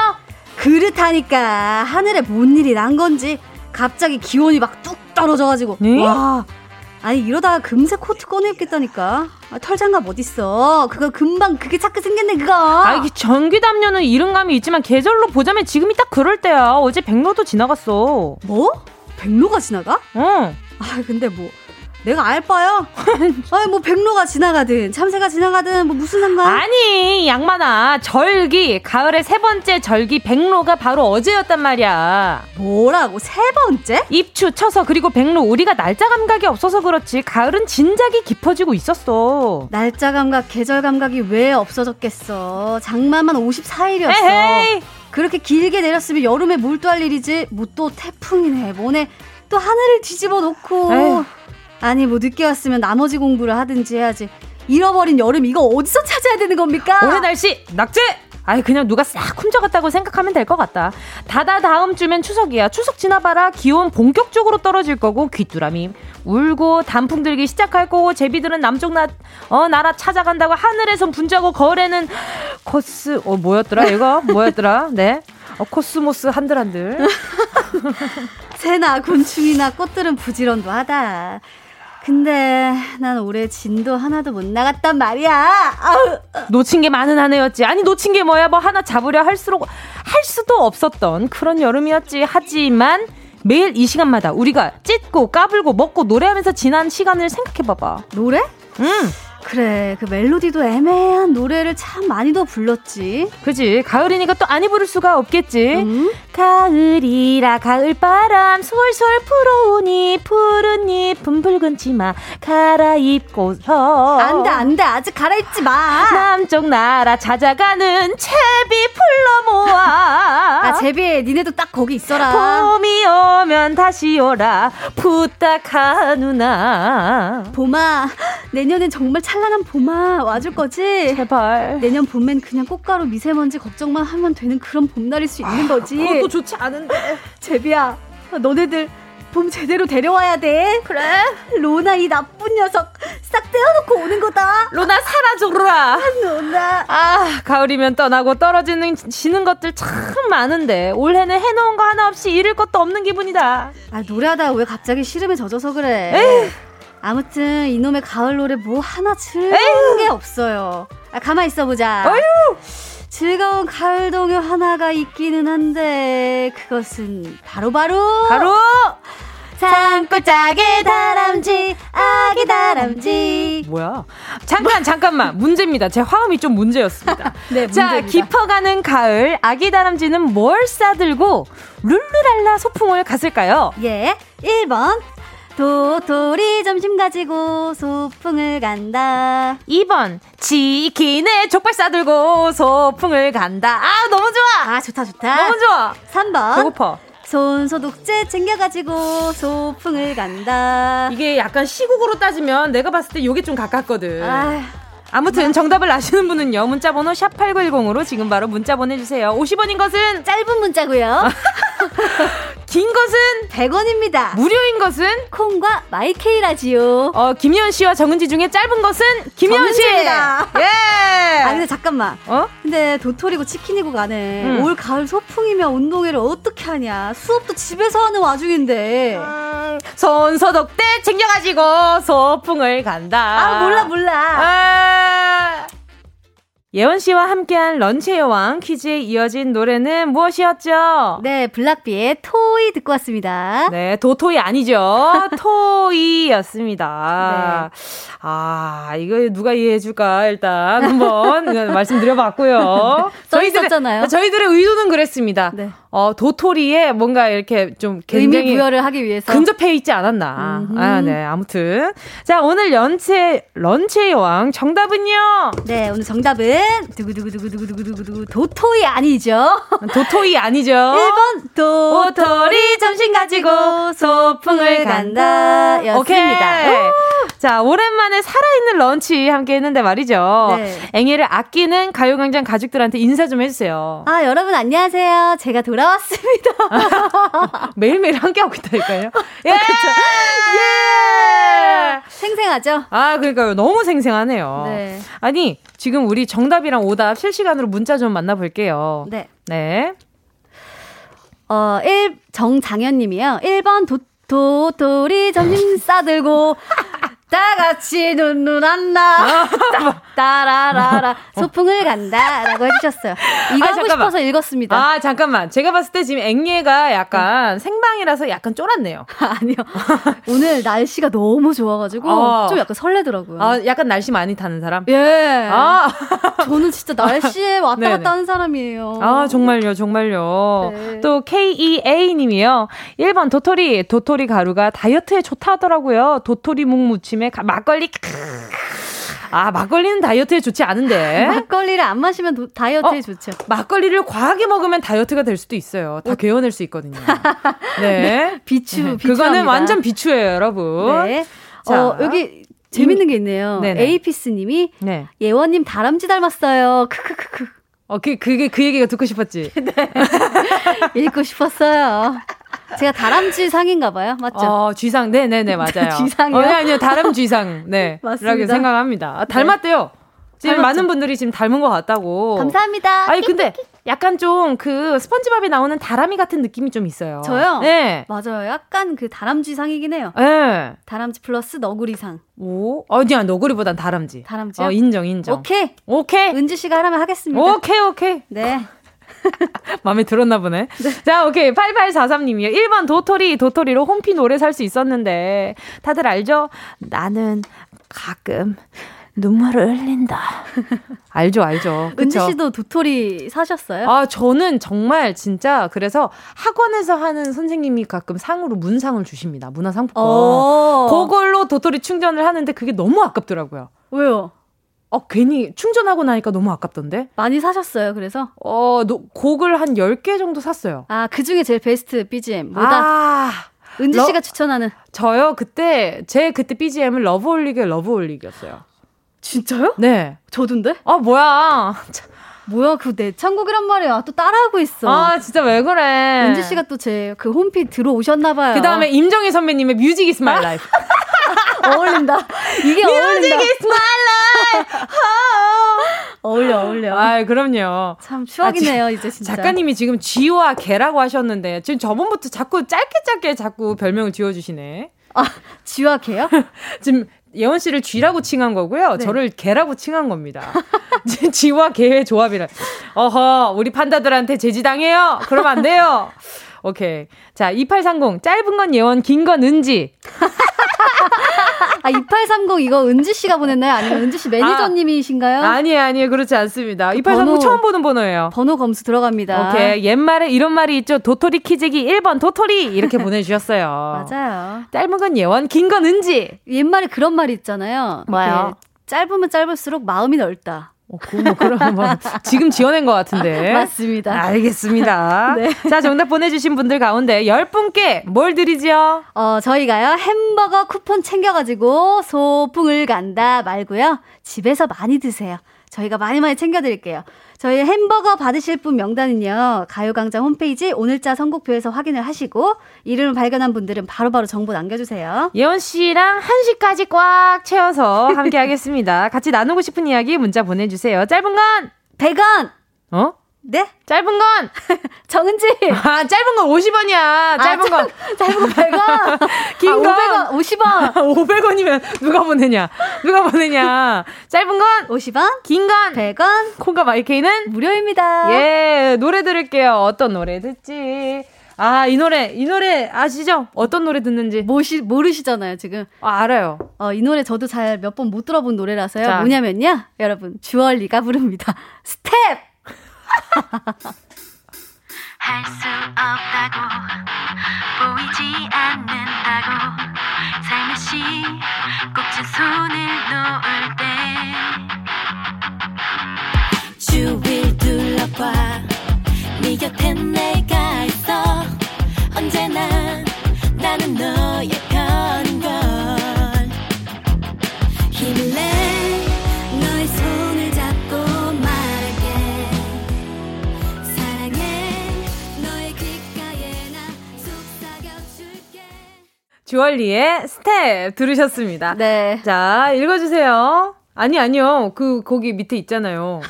Speaker 5: 그렇다니까 하늘에 뭔 일이 난 건지 갑자기 기온이 막 뚝 떨어져가지고
Speaker 1: 네?
Speaker 5: 와 아니 이러다가 금세 코트 꺼내 입겠다니까 아, 털장갑 어딨어 그거 금방 그게 자꾸 생겼네 그거
Speaker 1: 아, 이게 전기 담요는 이른감이 있지만 계절로 보자면 지금이 딱 그럴 때야. 어제 백로도 지나갔어.
Speaker 5: 뭐? 백로가 지나가?
Speaker 1: 응.
Speaker 5: 아 근데 뭐 내가
Speaker 1: [LAUGHS]
Speaker 5: 알 바야 아니 뭐 백로가 지나가든 참새가 지나가든 뭐 무슨 상관
Speaker 1: 아니, 양만아. 절기, 가을의 세 번째 절기 백로가 바로 어제였단 말이야.
Speaker 5: 뭐라고 세 번째?
Speaker 1: 입추, 쳐서, 그리고 백로. 우리가 날짜 감각이 없어서 그렇지. 가을은 진작이 깊어지고 있었어.
Speaker 5: 날짜 감각 계절 감각이 왜 없어졌겠어 장마만 54일이었어
Speaker 1: 에헤이!
Speaker 5: 그렇게 길게 내렸으면 여름에 몰두할 일이지 뭐 또 태풍이네 뭐네 또 하늘을 뒤집어 놓고
Speaker 1: 에휴.
Speaker 5: 아니 뭐 늦게 왔으면 나머지 공부를 하든지 해야지 잃어버린 여름 이거 어디서 찾아야 되는 겁니까?
Speaker 1: 올해 날씨 낙제. 아이 그냥 누가 싹 훔쳐갔다고 생각하면 될 것 같다. 다다 다음 주면 추석이야. 추석 지나봐라 기온 본격적으로 떨어질 거고 귀뚜라미 울고 단풍 들기 시작할 거고 제비들은 남쪽 나, 어, 나라 찾아간다고 하늘에선 분자고 거울에는 코스 어 뭐였더라 이거 뭐였더라 네 어, 코스모스 한들한들
Speaker 5: 새나 곤충이나 꽃들은 부지런도하다. 근데 난 올해 진도 하나도 못 나갔단 말이야. 아우.
Speaker 1: 놓친 게 많은 한 해였지. 아니 놓친 게 뭐야? 뭐 하나 잡으려 할수록 할 수도 없었던 그런 여름이었지. 하지만 매일 이 시간마다 우리가 찢고 까불고 먹고 노래하면서 지난 시간을 생각해봐봐.
Speaker 5: 노래?
Speaker 1: 음,
Speaker 5: 그래 그 멜로디도 애매한 노래를 참 많이도 불렀지.
Speaker 1: 그지. 가을이니까 또 아니 부를 수가 없겠지.
Speaker 5: 음?
Speaker 1: 가을이라 가을바람 솔솔 불어오니 푸른 잎은 붉은 치마 갈아입고서
Speaker 5: 안돼 안돼 아직 갈아입지 마.
Speaker 1: 남쪽 나라 찾아가는 채비 풀러 모아
Speaker 5: 아, 제비, 니네도 딱 거기 있어라.
Speaker 1: 봄이 오면 다시 오라 부탁하누나
Speaker 5: 봄아, 내년엔 정말 찬란한 봄아, 와줄 거지?
Speaker 1: 제발
Speaker 5: 내년 봄엔 그냥 꽃가루 미세먼지 걱정만 하면 되는 그런 봄날일 수 있는 거지.
Speaker 1: 좋지 않은데
Speaker 5: [LAUGHS] 제비야, 너네들 봄 제대로 데려와야 돼. 그래. 로나 이 나쁜 녀석 싹 떼어놓고 오는 거다.
Speaker 1: 로나 사라져라
Speaker 5: 로나.
Speaker 1: 아 가을이면 떠나고 떨어지는 지는 것들 참 많은데 올해는 해놓은 거 하나 없이 잃을 것도 없는 기분이다
Speaker 5: 아, 노래하다가 왜 갑자기 시름에 젖어서 그래. 아무튼 이놈의 가을 노래 뭐 하나 즐거운 게 없어요. 아, 가만 있어 보자. 즐거운 가을 동요 하나가 있기는 한데 그것은 바로바로
Speaker 1: 바로
Speaker 5: 산골짜기 다람쥐 아기 다람쥐
Speaker 1: 뭐야 잠깐 잠깐만 문제입니다 제 화음이 좀 문제였습니다
Speaker 5: [LAUGHS] 네,
Speaker 1: 자, 깊어가는 가을 아기 다람쥐는 뭘 싸들고 룰루랄라 소풍을 갔을까요?
Speaker 5: 예, 1번 도토리 점심 가지고 소풍을 간다.
Speaker 1: 2번 치킨에 족발 싸들고 소풍을 간다. 아 너무 좋아.
Speaker 5: 아, 좋다 좋다.
Speaker 1: 너무 좋아.
Speaker 5: 3번
Speaker 1: 배고파.
Speaker 5: 손 소독제 챙겨 가지고 소풍을 간다.
Speaker 1: 이게 약간 시국으로 따지면 내가 봤을 때 요게 좀 가깝거든.
Speaker 5: 아휴.
Speaker 1: 아무튼 정답을 아시는 분은요. 문자 번호 샵 8910으로 지금 바로 문자 보내 주세요. 50원인 것은 아.
Speaker 5: 짧은 문자고요. [LAUGHS]
Speaker 1: 긴 것은
Speaker 5: 100원입니다.
Speaker 1: 무료인 것은
Speaker 5: 콩과 마이케이라지요.
Speaker 1: 어 김현 씨와 정은지 중에 짧은 것은 김현 씨.
Speaker 5: 정은지입니다.
Speaker 1: 예.
Speaker 5: 아 근데 잠깐만.
Speaker 1: 어?
Speaker 5: 근데 도토리고 치킨이고 간에
Speaker 1: 음.
Speaker 5: 올 가을 소풍이면 운동회를 어떻게 하냐. 수업도 집에서 하는 와중인데.
Speaker 1: 손소독대 아, 챙겨가지고 소풍을 간다.
Speaker 5: 아 몰라 몰라.
Speaker 1: 아. 예원 씨와 함께한 런치 여왕 퀴즈에 이어진 노래는 무엇이었죠?
Speaker 5: 네 블락비의 토이 듣고 왔습니다.
Speaker 1: 네, 도토이
Speaker 5: [LAUGHS]
Speaker 1: 아니죠. 토이였습니다.
Speaker 5: 네.
Speaker 1: 아, 이거 누가 이해해줄까, 일단
Speaker 5: [LAUGHS]
Speaker 1: 한번 말씀드려봤고요.
Speaker 5: 써 있었잖아요.
Speaker 1: 저희들의 의도는 그랬습니다.
Speaker 5: 네.
Speaker 1: 어, 도토리에 뭔가 이렇게 좀 굉장히
Speaker 5: 의미 부여를 하기 위해서.
Speaker 1: 근접해 있지 않았나.
Speaker 5: 음흠.
Speaker 1: 아, 네. 아무튼. 자, 오늘 연체, 런치의 여왕 정답은요.
Speaker 5: 네 오늘 정답은 두구두구두구두구두구두구 도토이 아니죠.
Speaker 1: [LAUGHS] 도토이
Speaker 5: [LAUGHS]
Speaker 1: 아니죠.
Speaker 5: 1번 도.
Speaker 1: 도토리 점심 가지고 소풍을
Speaker 5: 간다. 어? 였습니다.
Speaker 1: 오케이. 자, 오랜만에 살아있는 런치 함께 했는데 말이죠.
Speaker 5: 네.
Speaker 1: 앵애를 아끼는 가요광장 가족들한테 인사 좀 해주세요.
Speaker 5: 아, 여러분 안녕하세요. 제가 돌아왔습니다.
Speaker 1: [LAUGHS] 매일매일 함께하고 있다니까요.
Speaker 5: [LAUGHS]
Speaker 1: 예! 예!
Speaker 5: 생생하죠?
Speaker 1: 아, 그러니까요. 너무 생생하네요.
Speaker 5: 네.
Speaker 1: 아니, 지금 우리 정답이랑 오답 실시간으로 문자 좀 만나볼게요.
Speaker 5: 네.
Speaker 1: 네.
Speaker 5: 어, 1, 정장현 님이요. 1번 도, 도, 도리
Speaker 1: 아.
Speaker 5: 점심
Speaker 1: [LAUGHS]
Speaker 5: 싸들고, 다 같이 눈눈
Speaker 1: 아,
Speaker 5: 한다.
Speaker 1: 뭐.
Speaker 5: 따- 따라라라.
Speaker 1: 어.
Speaker 5: 소풍을 간다. 라고 해주셨어요.
Speaker 1: [LAUGHS]
Speaker 5: 이거
Speaker 1: 아,
Speaker 5: 하고
Speaker 1: 잠깐만.
Speaker 5: 싶어서 읽었습니다.
Speaker 1: 아, 잠깐만. 제가 봤을 때 지금 앵예가 약간 생방이라서 약간 쫄았네요.
Speaker 5: 아니요. 오늘 날씨가 너무 좋아가지고
Speaker 1: 어.
Speaker 5: 좀 약간 설레더라고요.
Speaker 1: 아, 약간 날씨 많이 타는 사람?
Speaker 5: 예.
Speaker 1: 아,
Speaker 5: [LAUGHS] 저는
Speaker 1: [LAUGHS]
Speaker 5: 진짜 날씨에 왔다
Speaker 1: 네네.
Speaker 5: 갔다 하는 사람이에요.
Speaker 1: 아, 정말요, 정말요.
Speaker 5: 네.
Speaker 1: 또 KEA님이요. 1번 도토리, 도토리 가루가 다이어트에 좋다 하더라고요. 도토리 묵 무침에 가- 막걸리. 크으. 아, 막걸리는 다이어트에 좋지 않은데.
Speaker 5: 막걸리를 안 마시면 도- 다이어트에
Speaker 1: 예? 어.
Speaker 5: 좋죠.
Speaker 1: 막걸리를 과하게 먹으면 다이어트가 될 수도 있어요. 다 괴어낼 수
Speaker 5: [LAUGHS]
Speaker 1: 있거든요. 네.
Speaker 5: 비추,
Speaker 1: 네.
Speaker 5: 비추.
Speaker 1: 그거는 완전 비추예요, 여러분.
Speaker 5: 네.
Speaker 1: 자.
Speaker 5: 어, 여기 재밌는 게 있네요.
Speaker 1: 네네.
Speaker 5: 에이피스님이
Speaker 1: 네.
Speaker 5: 예원님 다람쥐 닮았어요. 크크크크.
Speaker 1: 어, 그, 그게 그 얘기가 듣고
Speaker 5: [LAUGHS]
Speaker 1: 싶었지.
Speaker 5: 읽고 싶었어요. 제가 다람쥐 상인가 봐요. 맞죠?
Speaker 1: 어, 쥐상.
Speaker 5: [LAUGHS]
Speaker 1: 네네네, 맞아요.
Speaker 5: 쥐상이요?
Speaker 1: 어, 네, 아니요, 다람 쥐상. 네.
Speaker 5: 맞습니다. 네.
Speaker 1: 라고 생각합니다. 아, 닮았대요. 지금
Speaker 5: 닮았죠?
Speaker 1: 많은 분들이 지금 닮은 것 같다고.
Speaker 5: 감사합니다.
Speaker 1: 아니, 근데 약간 좀 그 스펀지밥에 나오는 다람이 같은 느낌이 좀 있어요.
Speaker 5: [LAUGHS] 저요? 뭐?
Speaker 1: 네.
Speaker 5: 맞아요. 약간 그 다람쥐 상이긴 해요.
Speaker 1: 네.
Speaker 5: 다람쥐 플러스 너구리 상.
Speaker 1: 오. 아니야, 너구리보단 다람쥐.
Speaker 5: 다람쥐요?
Speaker 1: 어, 인정, 인정.
Speaker 5: 오케이.
Speaker 1: 오케이.
Speaker 5: 은지 씨가 하라면 하겠습니다.
Speaker 1: 오케이, 오케이.
Speaker 5: 네.
Speaker 1: 마음에 들었나 보네. [LAUGHS] 자, 오케이. 8843님이요. 1번 도토리, 도토리로 홈피 노래 살 수 있었는데, 다들 알죠? 나는 가끔 눈물을 흘린다. 알죠, 알죠.
Speaker 5: 은지
Speaker 1: 그쵸?
Speaker 5: 씨도 도토리 사셨어요?
Speaker 1: 아, 저는 정말 진짜 그래서 학원에서 하는 선생님이 가끔 상으로 문상을 주십니다. 문화상품권.
Speaker 5: 어.
Speaker 1: 그걸로 도토리 충전을 하는데 그게 너무 아깝더라고요.
Speaker 5: 왜요?
Speaker 1: 어, 괜히 충전하고 나니까 너무 아깝던데?
Speaker 5: 많이 사셨어요. 그래서
Speaker 1: 어, 노- 곡을 한 10개 정도 샀어요.
Speaker 5: 아, 그중에 제일 베스트 BGM 뭐다?
Speaker 1: 아.
Speaker 5: 은지
Speaker 1: 러-
Speaker 5: 씨가 추천하는
Speaker 1: 저요 그때 제 그때 BGM은 러브홀릭의 러브홀릭이었어요.
Speaker 5: 진짜요?
Speaker 1: 네.
Speaker 5: 저도인데?
Speaker 1: 아 뭐야. 참.
Speaker 5: 뭐야 그 내창곡이란 말이야 또 따라하고 있어
Speaker 1: 아 진짜 왜 그래.
Speaker 5: 은지 씨가 또 제 그 홈피 들어오셨나 봐요
Speaker 1: 그 다음에 임정희 선배님의 뮤직 is my life.
Speaker 5: [LAUGHS] 어울린다 [LAUGHS]
Speaker 1: 뮤직
Speaker 5: 이게 [LAUGHS] 어울린다
Speaker 1: is my life.
Speaker 5: [LAUGHS] 어울려 어울려
Speaker 1: 아 그럼요.
Speaker 5: 참 추억이네요 이제 진짜
Speaker 1: 아, 작가님이 지금 쥐와 개라고 하셨는데 지금 저번부터 자꾸 짧게 짧게 자꾸 별명을 지어주시네.
Speaker 5: 아 지화개요?
Speaker 1: [LAUGHS] 지금 예원 씨를 쥐라고 칭한 거고요.
Speaker 5: 네.
Speaker 1: 저를 개라고 칭한 겁니다. [LAUGHS] 지- 쥐와 개의 조합이라. 어허, 우리 판다들한테 제지당해요. 그럼 안
Speaker 5: [LAUGHS]
Speaker 1: 돼요. 오케이. 자, 2830. 짧은 건 예원, 긴 건 은지.
Speaker 5: 아2830 이거 은지 씨가 보냈나요? 아니면 은지 씨 매니저님이신가요?
Speaker 1: 아니에요, 아니에요. 그렇지 않습니다. 2830
Speaker 5: 번호.
Speaker 1: 처음 보는 번호예요.
Speaker 5: 번호 검수 들어갑니다
Speaker 1: 오케이. 옛말에 이런 말이 있죠. 도토리 키재기 1번 도토리.
Speaker 5: [LAUGHS]
Speaker 1: 이렇게 보내주셨어요.
Speaker 5: 맞아요
Speaker 1: 짧은 건 예원, 긴 건 은지.
Speaker 5: 옛말에 그런 말이 있잖아요
Speaker 1: 뭐요?
Speaker 5: 이렇게 짧으면 짧을수록 마음이 넓다
Speaker 1: 어, 그건 뭐 그런 뭐 [LAUGHS] 지금 지어낸 것 같은데.
Speaker 5: [LAUGHS] 맞습니다
Speaker 1: 네.
Speaker 5: [LAUGHS] 네.
Speaker 1: 알겠습니다. 자, 정답 보내주신 분들 가운데 10분께 뭘 드리지요?
Speaker 5: 어, 저희가요, 햄버거 쿠폰 챙겨가지고 소풍을 간다 말고요. 집에서 많이 드세요. 저희가 많이 많이 챙겨드릴게요. 저희 햄버거 받으실 분 명단은요, 가요광장 홈페이지 오늘자 선곡표에서 확인을 하시고, 이름을 발견한 분들은 바로바로 정보 남겨주세요.
Speaker 1: 예원 씨랑 1시까지 꽉 채워서 함께
Speaker 5: [LAUGHS]
Speaker 1: 하겠습니다. 같이 나누고 싶은 이야기 문자 보내주세요. 짧은 건!
Speaker 5: 100원!
Speaker 1: 어?
Speaker 5: 네?
Speaker 1: 짧은 건!
Speaker 5: [LAUGHS] 정은지! 아,
Speaker 1: 아, 짧은 건 50원이야. 짧은
Speaker 5: [LAUGHS]
Speaker 1: 건.
Speaker 5: 짧은 거
Speaker 1: [LAUGHS]
Speaker 5: 100원! 아,
Speaker 1: 긴 건.
Speaker 5: 500원! 50원!
Speaker 1: 500원이면 누가 보내냐? 누가 보내냐? 짧은 건!
Speaker 5: 50원!
Speaker 1: 긴 건!
Speaker 5: 100원!
Speaker 1: 콩과 마이케이는?
Speaker 5: 무료입니다.
Speaker 1: 예, 노래 들을게요. 어떤 노래 듣지? 아, 이 노래, 이 노래 아시죠? 어떤 노래 듣는지.
Speaker 5: 모시, 모르시잖아요, 지금.
Speaker 1: 아, 알아요.
Speaker 5: 어, 이 노래 저도 잘 몇 번 못 들어본 노래라서요.
Speaker 1: 자.
Speaker 5: 뭐냐면요. 여러분, 주얼리가 부릅니다. [LAUGHS] 스텝!
Speaker 6: 할 수 없다고 보이지 않는다고 살며시 꼭진 손을 놓을 때
Speaker 3: 주위를 둘러봐 네 곁엔 내가 있어 언제나 나는 너의 편걸
Speaker 1: 주얼리의 스텝 들으셨습니다.
Speaker 5: 네.
Speaker 1: 자, 읽어주세요. 아니, 아니요. 그, 거기 밑에 있잖아요.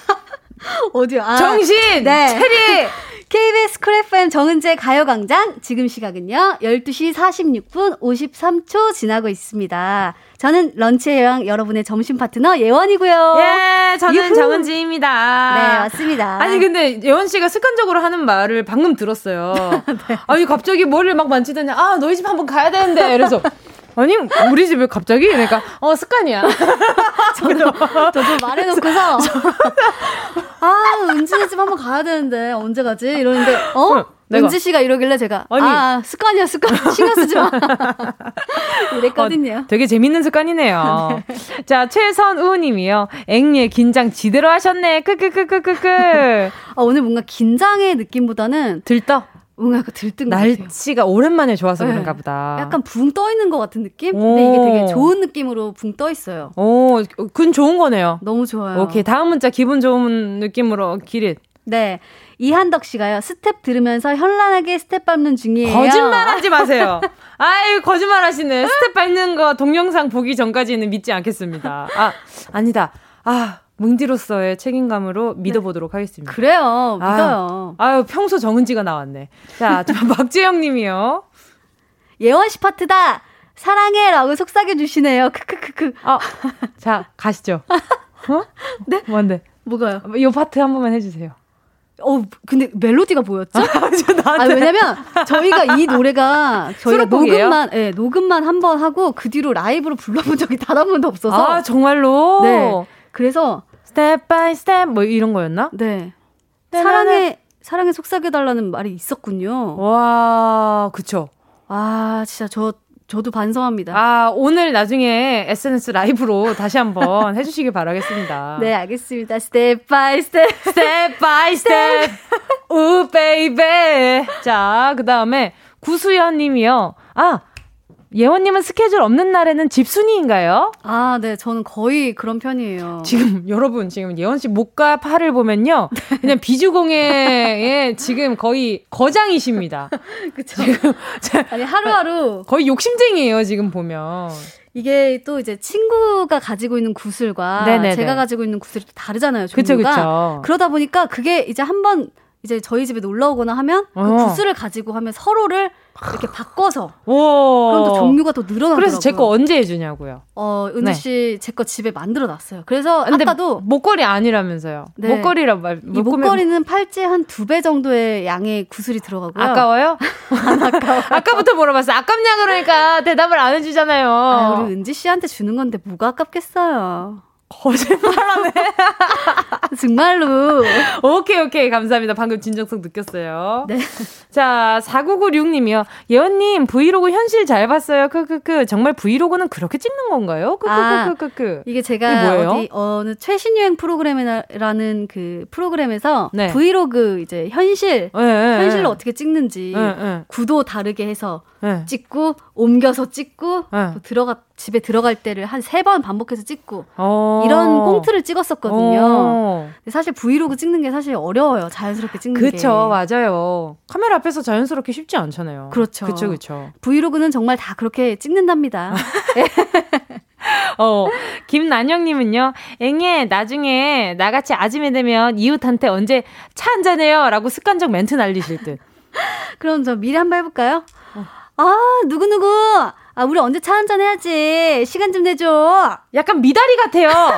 Speaker 5: 어디요? 아,
Speaker 1: 정신!
Speaker 5: 네. [LAUGHS]
Speaker 1: 체리!
Speaker 5: KBS 쿨 FM 정은재 가요광장 지금 시각은요 12시 46분 53초 지나고 있습니다. 저는 런치의 여왕 여러분의 점심 파트너 예원이고요.
Speaker 1: 예, 저는
Speaker 5: 어. 유후.
Speaker 1: 정은지입니다.
Speaker 5: 네 맞습니다.
Speaker 1: 아니 근데 예원 씨가 습관적으로 하는 말을 방금
Speaker 5: [LAUGHS]
Speaker 1: 들었어요.
Speaker 5: 네.
Speaker 1: 아니 갑자기 머리를 막 만지더니 아 너희 집 한번 가야 되는데 이래서 아니 우리 집에 갑자기 그러니까 어
Speaker 5: [LAUGHS]
Speaker 1: 습관이야.
Speaker 5: 저도 말해놓고서 아 은지네 집 한번 가야 되는데 언제 가지 이러는데 어?
Speaker 1: 응, 내가.
Speaker 5: 은지 씨가 이러길래 제가
Speaker 1: 아니.
Speaker 5: 아 습관이야 습관 신경
Speaker 1: [LAUGHS]
Speaker 5: 쓰지 마 이랬거든요.
Speaker 1: 어, 되게 재밌는 습관이네요. 자, 최선우님이요. 앵리의 긴장 지대로 하셨네. 크크크크크크.
Speaker 5: 아, 오늘 뭔가 긴장의 느낌보다는
Speaker 1: 들떠.
Speaker 5: 뭔가 약간 들뜬 것 같아요.
Speaker 1: 날씨가 오랜만에 좋아서
Speaker 5: 네.
Speaker 1: 그런가 보다.
Speaker 5: 약간 붕 떠 있는 것 같은 느낌? 근데 이게
Speaker 1: 오.
Speaker 5: 되게 좋은 느낌으로 붕 떠 있어요.
Speaker 1: 오, 군 좋은 거네요.
Speaker 5: 너무 좋아요.
Speaker 1: 오케이, 다음 문자 기분 좋은 느낌으로 기릿.
Speaker 5: 네. 이한덕 씨가요. 스텝 들으면서 현란하게 스텝 밟는 중이에요.
Speaker 1: 거짓말 하지 마세요. 아이, 거짓말 하시네. 스텝 밟는 거 동영상 보기 전까지는 믿지 않겠습니다. 아, 아니다. 아, 뭉디로서의 책임감으로 믿어보도록 하겠습니다.
Speaker 5: [LAUGHS] 네. 그래요.
Speaker 1: 아유,
Speaker 5: 믿어요.
Speaker 1: 아유, 평소 정은지가 나왔네. 자,
Speaker 5: [LAUGHS]
Speaker 1: 저 박재영 님이요.
Speaker 5: 예원 씨 파트다. 사랑해라고 속삭여 주시네요. 크크크크. [LAUGHS]
Speaker 1: 아, 자, 가시죠. 어? 네? 뭔데?
Speaker 5: 뭐가요?
Speaker 1: 요 파트 한 번만 해주세요.
Speaker 5: 어, 근데
Speaker 1: [LAUGHS]
Speaker 5: 멜로디가 뭐였죠?
Speaker 1: 저
Speaker 5: 아,
Speaker 1: 나한테.
Speaker 5: 왜냐면 저희가
Speaker 1: [LAUGHS]
Speaker 5: 이 노래가 저희가
Speaker 1: 수록곡이에요?
Speaker 5: 녹음만 예, 녹음만 한 번 하고 그 뒤로 라이브로 불러본 적이 단 한 번도 없어서
Speaker 1: 아, 정말로?
Speaker 5: 네. 그래서
Speaker 1: 스텝 바이 스텝 뭐 이런 거였나?
Speaker 5: 네. 사랑에 사랑에 속삭여 달라는 말이 있었군요.
Speaker 1: 와, 그쵸.
Speaker 5: 아, 진짜 저 저도 반성합니다.
Speaker 1: 아, 오늘 나중에 SNS 라이브로 다시 한번 해주시길 바라겠습니다.
Speaker 5: [LAUGHS] 네, 알겠습니다. 스텝 바이 스텝.
Speaker 1: 스텝 바이 스텝. 우 베이베. 자, 그다음에 구수연 님이요. 아, 예원 님은 스케줄 없는 날에는 집순이인가요?
Speaker 5: 아, 네. 저는 거의 그런 편이에요.
Speaker 1: 지금 여러분 지금 예원 씨 목과 팔을 보면요. 그냥 비주공예의 지금 거의 거장이십니다.
Speaker 5: [LAUGHS] 그쵸?
Speaker 1: 자,
Speaker 5: 아니, 하루하루
Speaker 1: 거의 욕심쟁이에요, 지금 보면.
Speaker 5: 이게 또 이제 친구가 가지고 있는 구슬과
Speaker 1: 네네네.
Speaker 5: 제가 가지고 있는 구슬이 또 다르잖아요.
Speaker 1: 그쵸,
Speaker 5: 종류가.
Speaker 1: 그쵸.
Speaker 5: 그러다 보니까 그게 이제 한번 이제 저희 집에 놀러 오거나 하면 그
Speaker 1: 어.
Speaker 5: 구슬을 가지고 하면 서로를 이렇게 바꿔서
Speaker 1: 오.
Speaker 5: 그럼 또 종류가 더 늘어나더라고요.
Speaker 1: 그래서 제 거 언제 해주냐고요.
Speaker 5: 어,
Speaker 1: 네.
Speaker 5: 은지 씨 제 거 집에 만들어 놨어요. 그래서 아까도
Speaker 1: 목걸이 아니라면서요.
Speaker 5: 네.
Speaker 1: 목걸이라 말.
Speaker 5: 이
Speaker 1: 못 꾸며-
Speaker 5: 목걸이는 팔찌 한 두 배 정도의 양의 구슬이 들어가고요.
Speaker 1: 아까워요? 아까부터 물어봤어. 아깝냐 그러니까 대답을 안 해주잖아요.
Speaker 5: 아, 우리 은지 씨한테 주는 건데 뭐가 아깝겠어요. 거짓말하네. [LAUGHS] 정말로.
Speaker 1: 오케이 오케이 감사합니다. 방금 진정성 느꼈어요.
Speaker 5: 네.
Speaker 1: 자 4996님이요. 예원님 브이로그 현실 잘 봤어요. 크크크 정말 브이로그는 그렇게 찍는 건가요? 크크크크크.
Speaker 5: 아, 이게
Speaker 1: 이게
Speaker 5: 제가
Speaker 1: 뭐예요?
Speaker 5: 어디 어느 최신 유행 프로그램이라는 그 프로그램에서
Speaker 1: 네.
Speaker 5: 브이로그 이제 현실
Speaker 1: 예, 예,
Speaker 5: 현실로
Speaker 1: 예.
Speaker 5: 어떻게 찍는지
Speaker 1: 예, 예,
Speaker 5: 구도 다르게 해서
Speaker 1: 예.
Speaker 5: 찍고 옮겨서 찍고
Speaker 1: 네.
Speaker 5: 또 들어가 집에 들어갈 때를 한 세 번 반복해서 찍고
Speaker 1: 어.
Speaker 5: 이런 꽁트를 찍었었거든요.
Speaker 1: 어.
Speaker 5: 근데 사실 브이로그 찍는 게 사실 어려워요. 자연스럽게 찍는 게.
Speaker 1: 그쵸 맞아요. 카메라 앞에서 자연스럽게 쉽지 않잖아요.
Speaker 5: 그렇죠.
Speaker 1: 그쵸 그쵸.
Speaker 5: 브이로그는 정말 다 아, 그렇게
Speaker 1: [LAUGHS]
Speaker 5: 찍는답니다.
Speaker 1: 어, 김난영님은요, 앵예, 나중에 나같이 아침에 되면 이웃한테 언제 차 한잔해요? 라고 습관적 멘트 날리실 듯.
Speaker 5: 그럼 저 미리 한번 해볼까요? 아 누구누구 아 우리 언제 차 한잔 해야지 시간 좀 내줘
Speaker 1: 약간 미다리
Speaker 5: [LAUGHS]
Speaker 1: 같아요. 어머, 어머,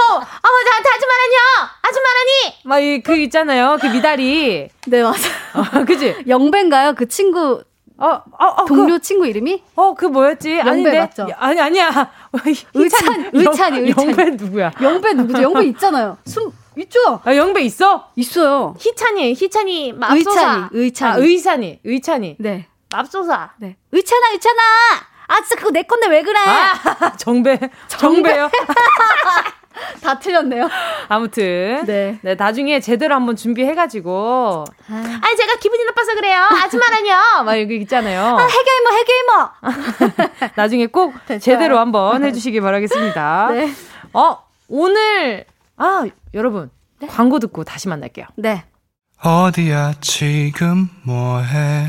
Speaker 1: 저한테 아줌마라뇨! 아줌마라니! 막, 이, 그 있잖아요. 그 미다리.
Speaker 5: 네 맞아
Speaker 1: 어, [LAUGHS] 그지?
Speaker 5: 영배인가요 그 친구
Speaker 1: 어, 어, 어.
Speaker 5: 동료
Speaker 1: 그,
Speaker 5: 친구 이름이
Speaker 1: 어, 그 뭐였지?
Speaker 5: 영배
Speaker 1: 아닌데?
Speaker 5: 맞죠?
Speaker 1: 아니, 아니야. [LAUGHS]
Speaker 5: 의찬, 의찬이, 의찬이.
Speaker 1: 영배 누구야?
Speaker 5: 영배 누구죠
Speaker 1: [LAUGHS]
Speaker 5: 영배 있잖아요 숨 있죠
Speaker 1: 아, 영배 있어?
Speaker 5: 있어요
Speaker 1: 희찬이, 희찬이,
Speaker 5: 그 맙소사. 의찬이, 의찬이.
Speaker 1: 아, 의찬이, 의찬이.
Speaker 5: 네
Speaker 1: 맙소사.
Speaker 5: 네. 의찬아, 의찬아! 아, 진짜 그거 내 건데 왜 그래?
Speaker 1: 아, [LAUGHS] 정배. 정배요?
Speaker 5: [LAUGHS] 다 틀렸네요.
Speaker 1: 아무튼.
Speaker 5: 네.
Speaker 1: 네. 나중에 제대로 한번 준비해가지고.
Speaker 5: 아,
Speaker 1: 아니, 제가 기분이 나빠서 그래요. 아줌마라뇨. 막 여기 있잖아요.
Speaker 5: 해결이모, 해결이모!
Speaker 1: 나중에 꼭
Speaker 5: [LAUGHS] 됐어요.
Speaker 1: 제대로 한번 해주시기 바라겠습니다.
Speaker 5: [LAUGHS] 네.
Speaker 1: 어, 오늘. 아, 여러분. 광고 듣고 다시 만날게요.
Speaker 5: 네.
Speaker 7: 어디야 지금 뭐해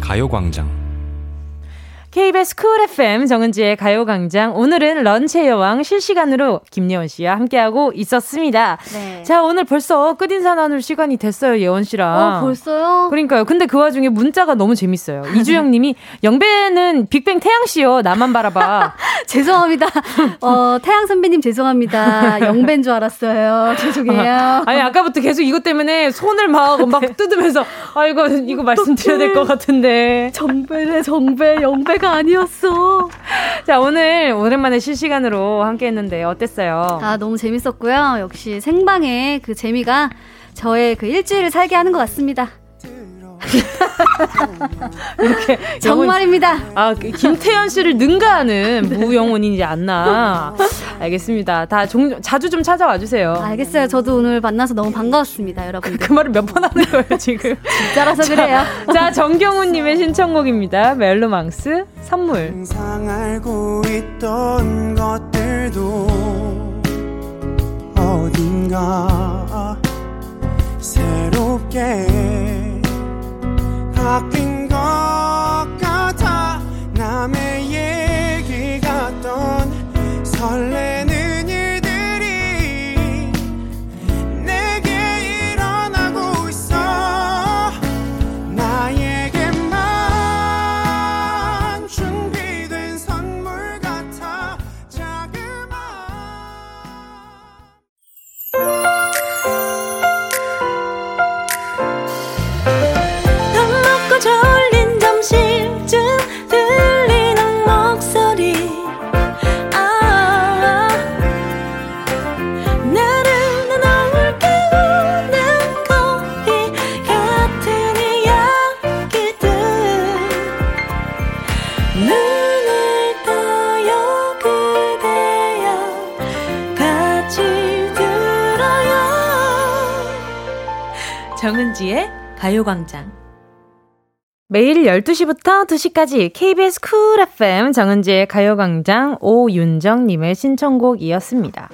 Speaker 8: 가요광장
Speaker 1: KBS 쿨 FM 정은지의 가요광장 오늘은 런치의 여왕 실시간으로 김예원 씨와 함께하고 있었습니다.
Speaker 5: 네.
Speaker 1: 자 오늘 벌써 끝인사 나눌 시간이 됐어요 예원 씨랑.
Speaker 5: 어, 벌써요?
Speaker 1: 아. 그러니까요. 근데 그 와중에 문자가 너무 재밌어요. 이주영님이 영배는 빅뱅 태양 씨요. 나만 바라봐.
Speaker 5: [LAUGHS]
Speaker 1: [LAUGHS]
Speaker 5: 죄송합니다. 어, 태양 선배님 죄송합니다. 영배인 줄
Speaker 1: [LAUGHS]
Speaker 5: 알았어요. 죄송해요. 네.
Speaker 1: 아니 아까부터 계속 이것 때문에 손을 막 막 뜯으면서 아 이거 이거 말씀드려야 될 것 같은데.
Speaker 5: 정배래 정배 영배가 아니었어.
Speaker 1: 자 오늘 오랜만에 실시간으로 함께했는데 어땠어요?
Speaker 5: 아 너무 재밌었고요. 역시 생방의 그 재미가 저의 그 일주일을 살게 하는 것 같습니다.
Speaker 1: 이렇게 영혼-
Speaker 5: [LAUGHS] 정말입니다. 네.
Speaker 1: 아, 그 김태현 씨를 능가하는 무영혼이지 않나. 알겠습니다. 다 종, 자주 좀 찾아와 주세요.
Speaker 5: 알겠어요. 저도 오늘 만나서 너무 반가웠습니다, 여러분들.
Speaker 1: 그 말을 몇 번 하는 거예요, 지금.
Speaker 5: 따라서 그래요.
Speaker 1: 자, 정경훈님의 신청곡입니다. 멜로망스 선물.
Speaker 7: 항상 알고 있던 것들도 어딘가 새롭게 바뀐 것 같아 남의 얘기 같던 설레는 일들이 내게 일어나고 있어 나에게만 준비된 선물 같아 자그마한
Speaker 3: 밥 먹고 졸린 점심쯤 들리는 목소리 아 나른한 너울 깨우는 거리 같은 이야기들 눈을 떠요 그대여 같이 들어요 정은지의 가요광장.
Speaker 1: 매일 12시부터 2시까지 KBS 쿨 FM 정은지의 가요광장 오윤정님의 신청곡이었습니다.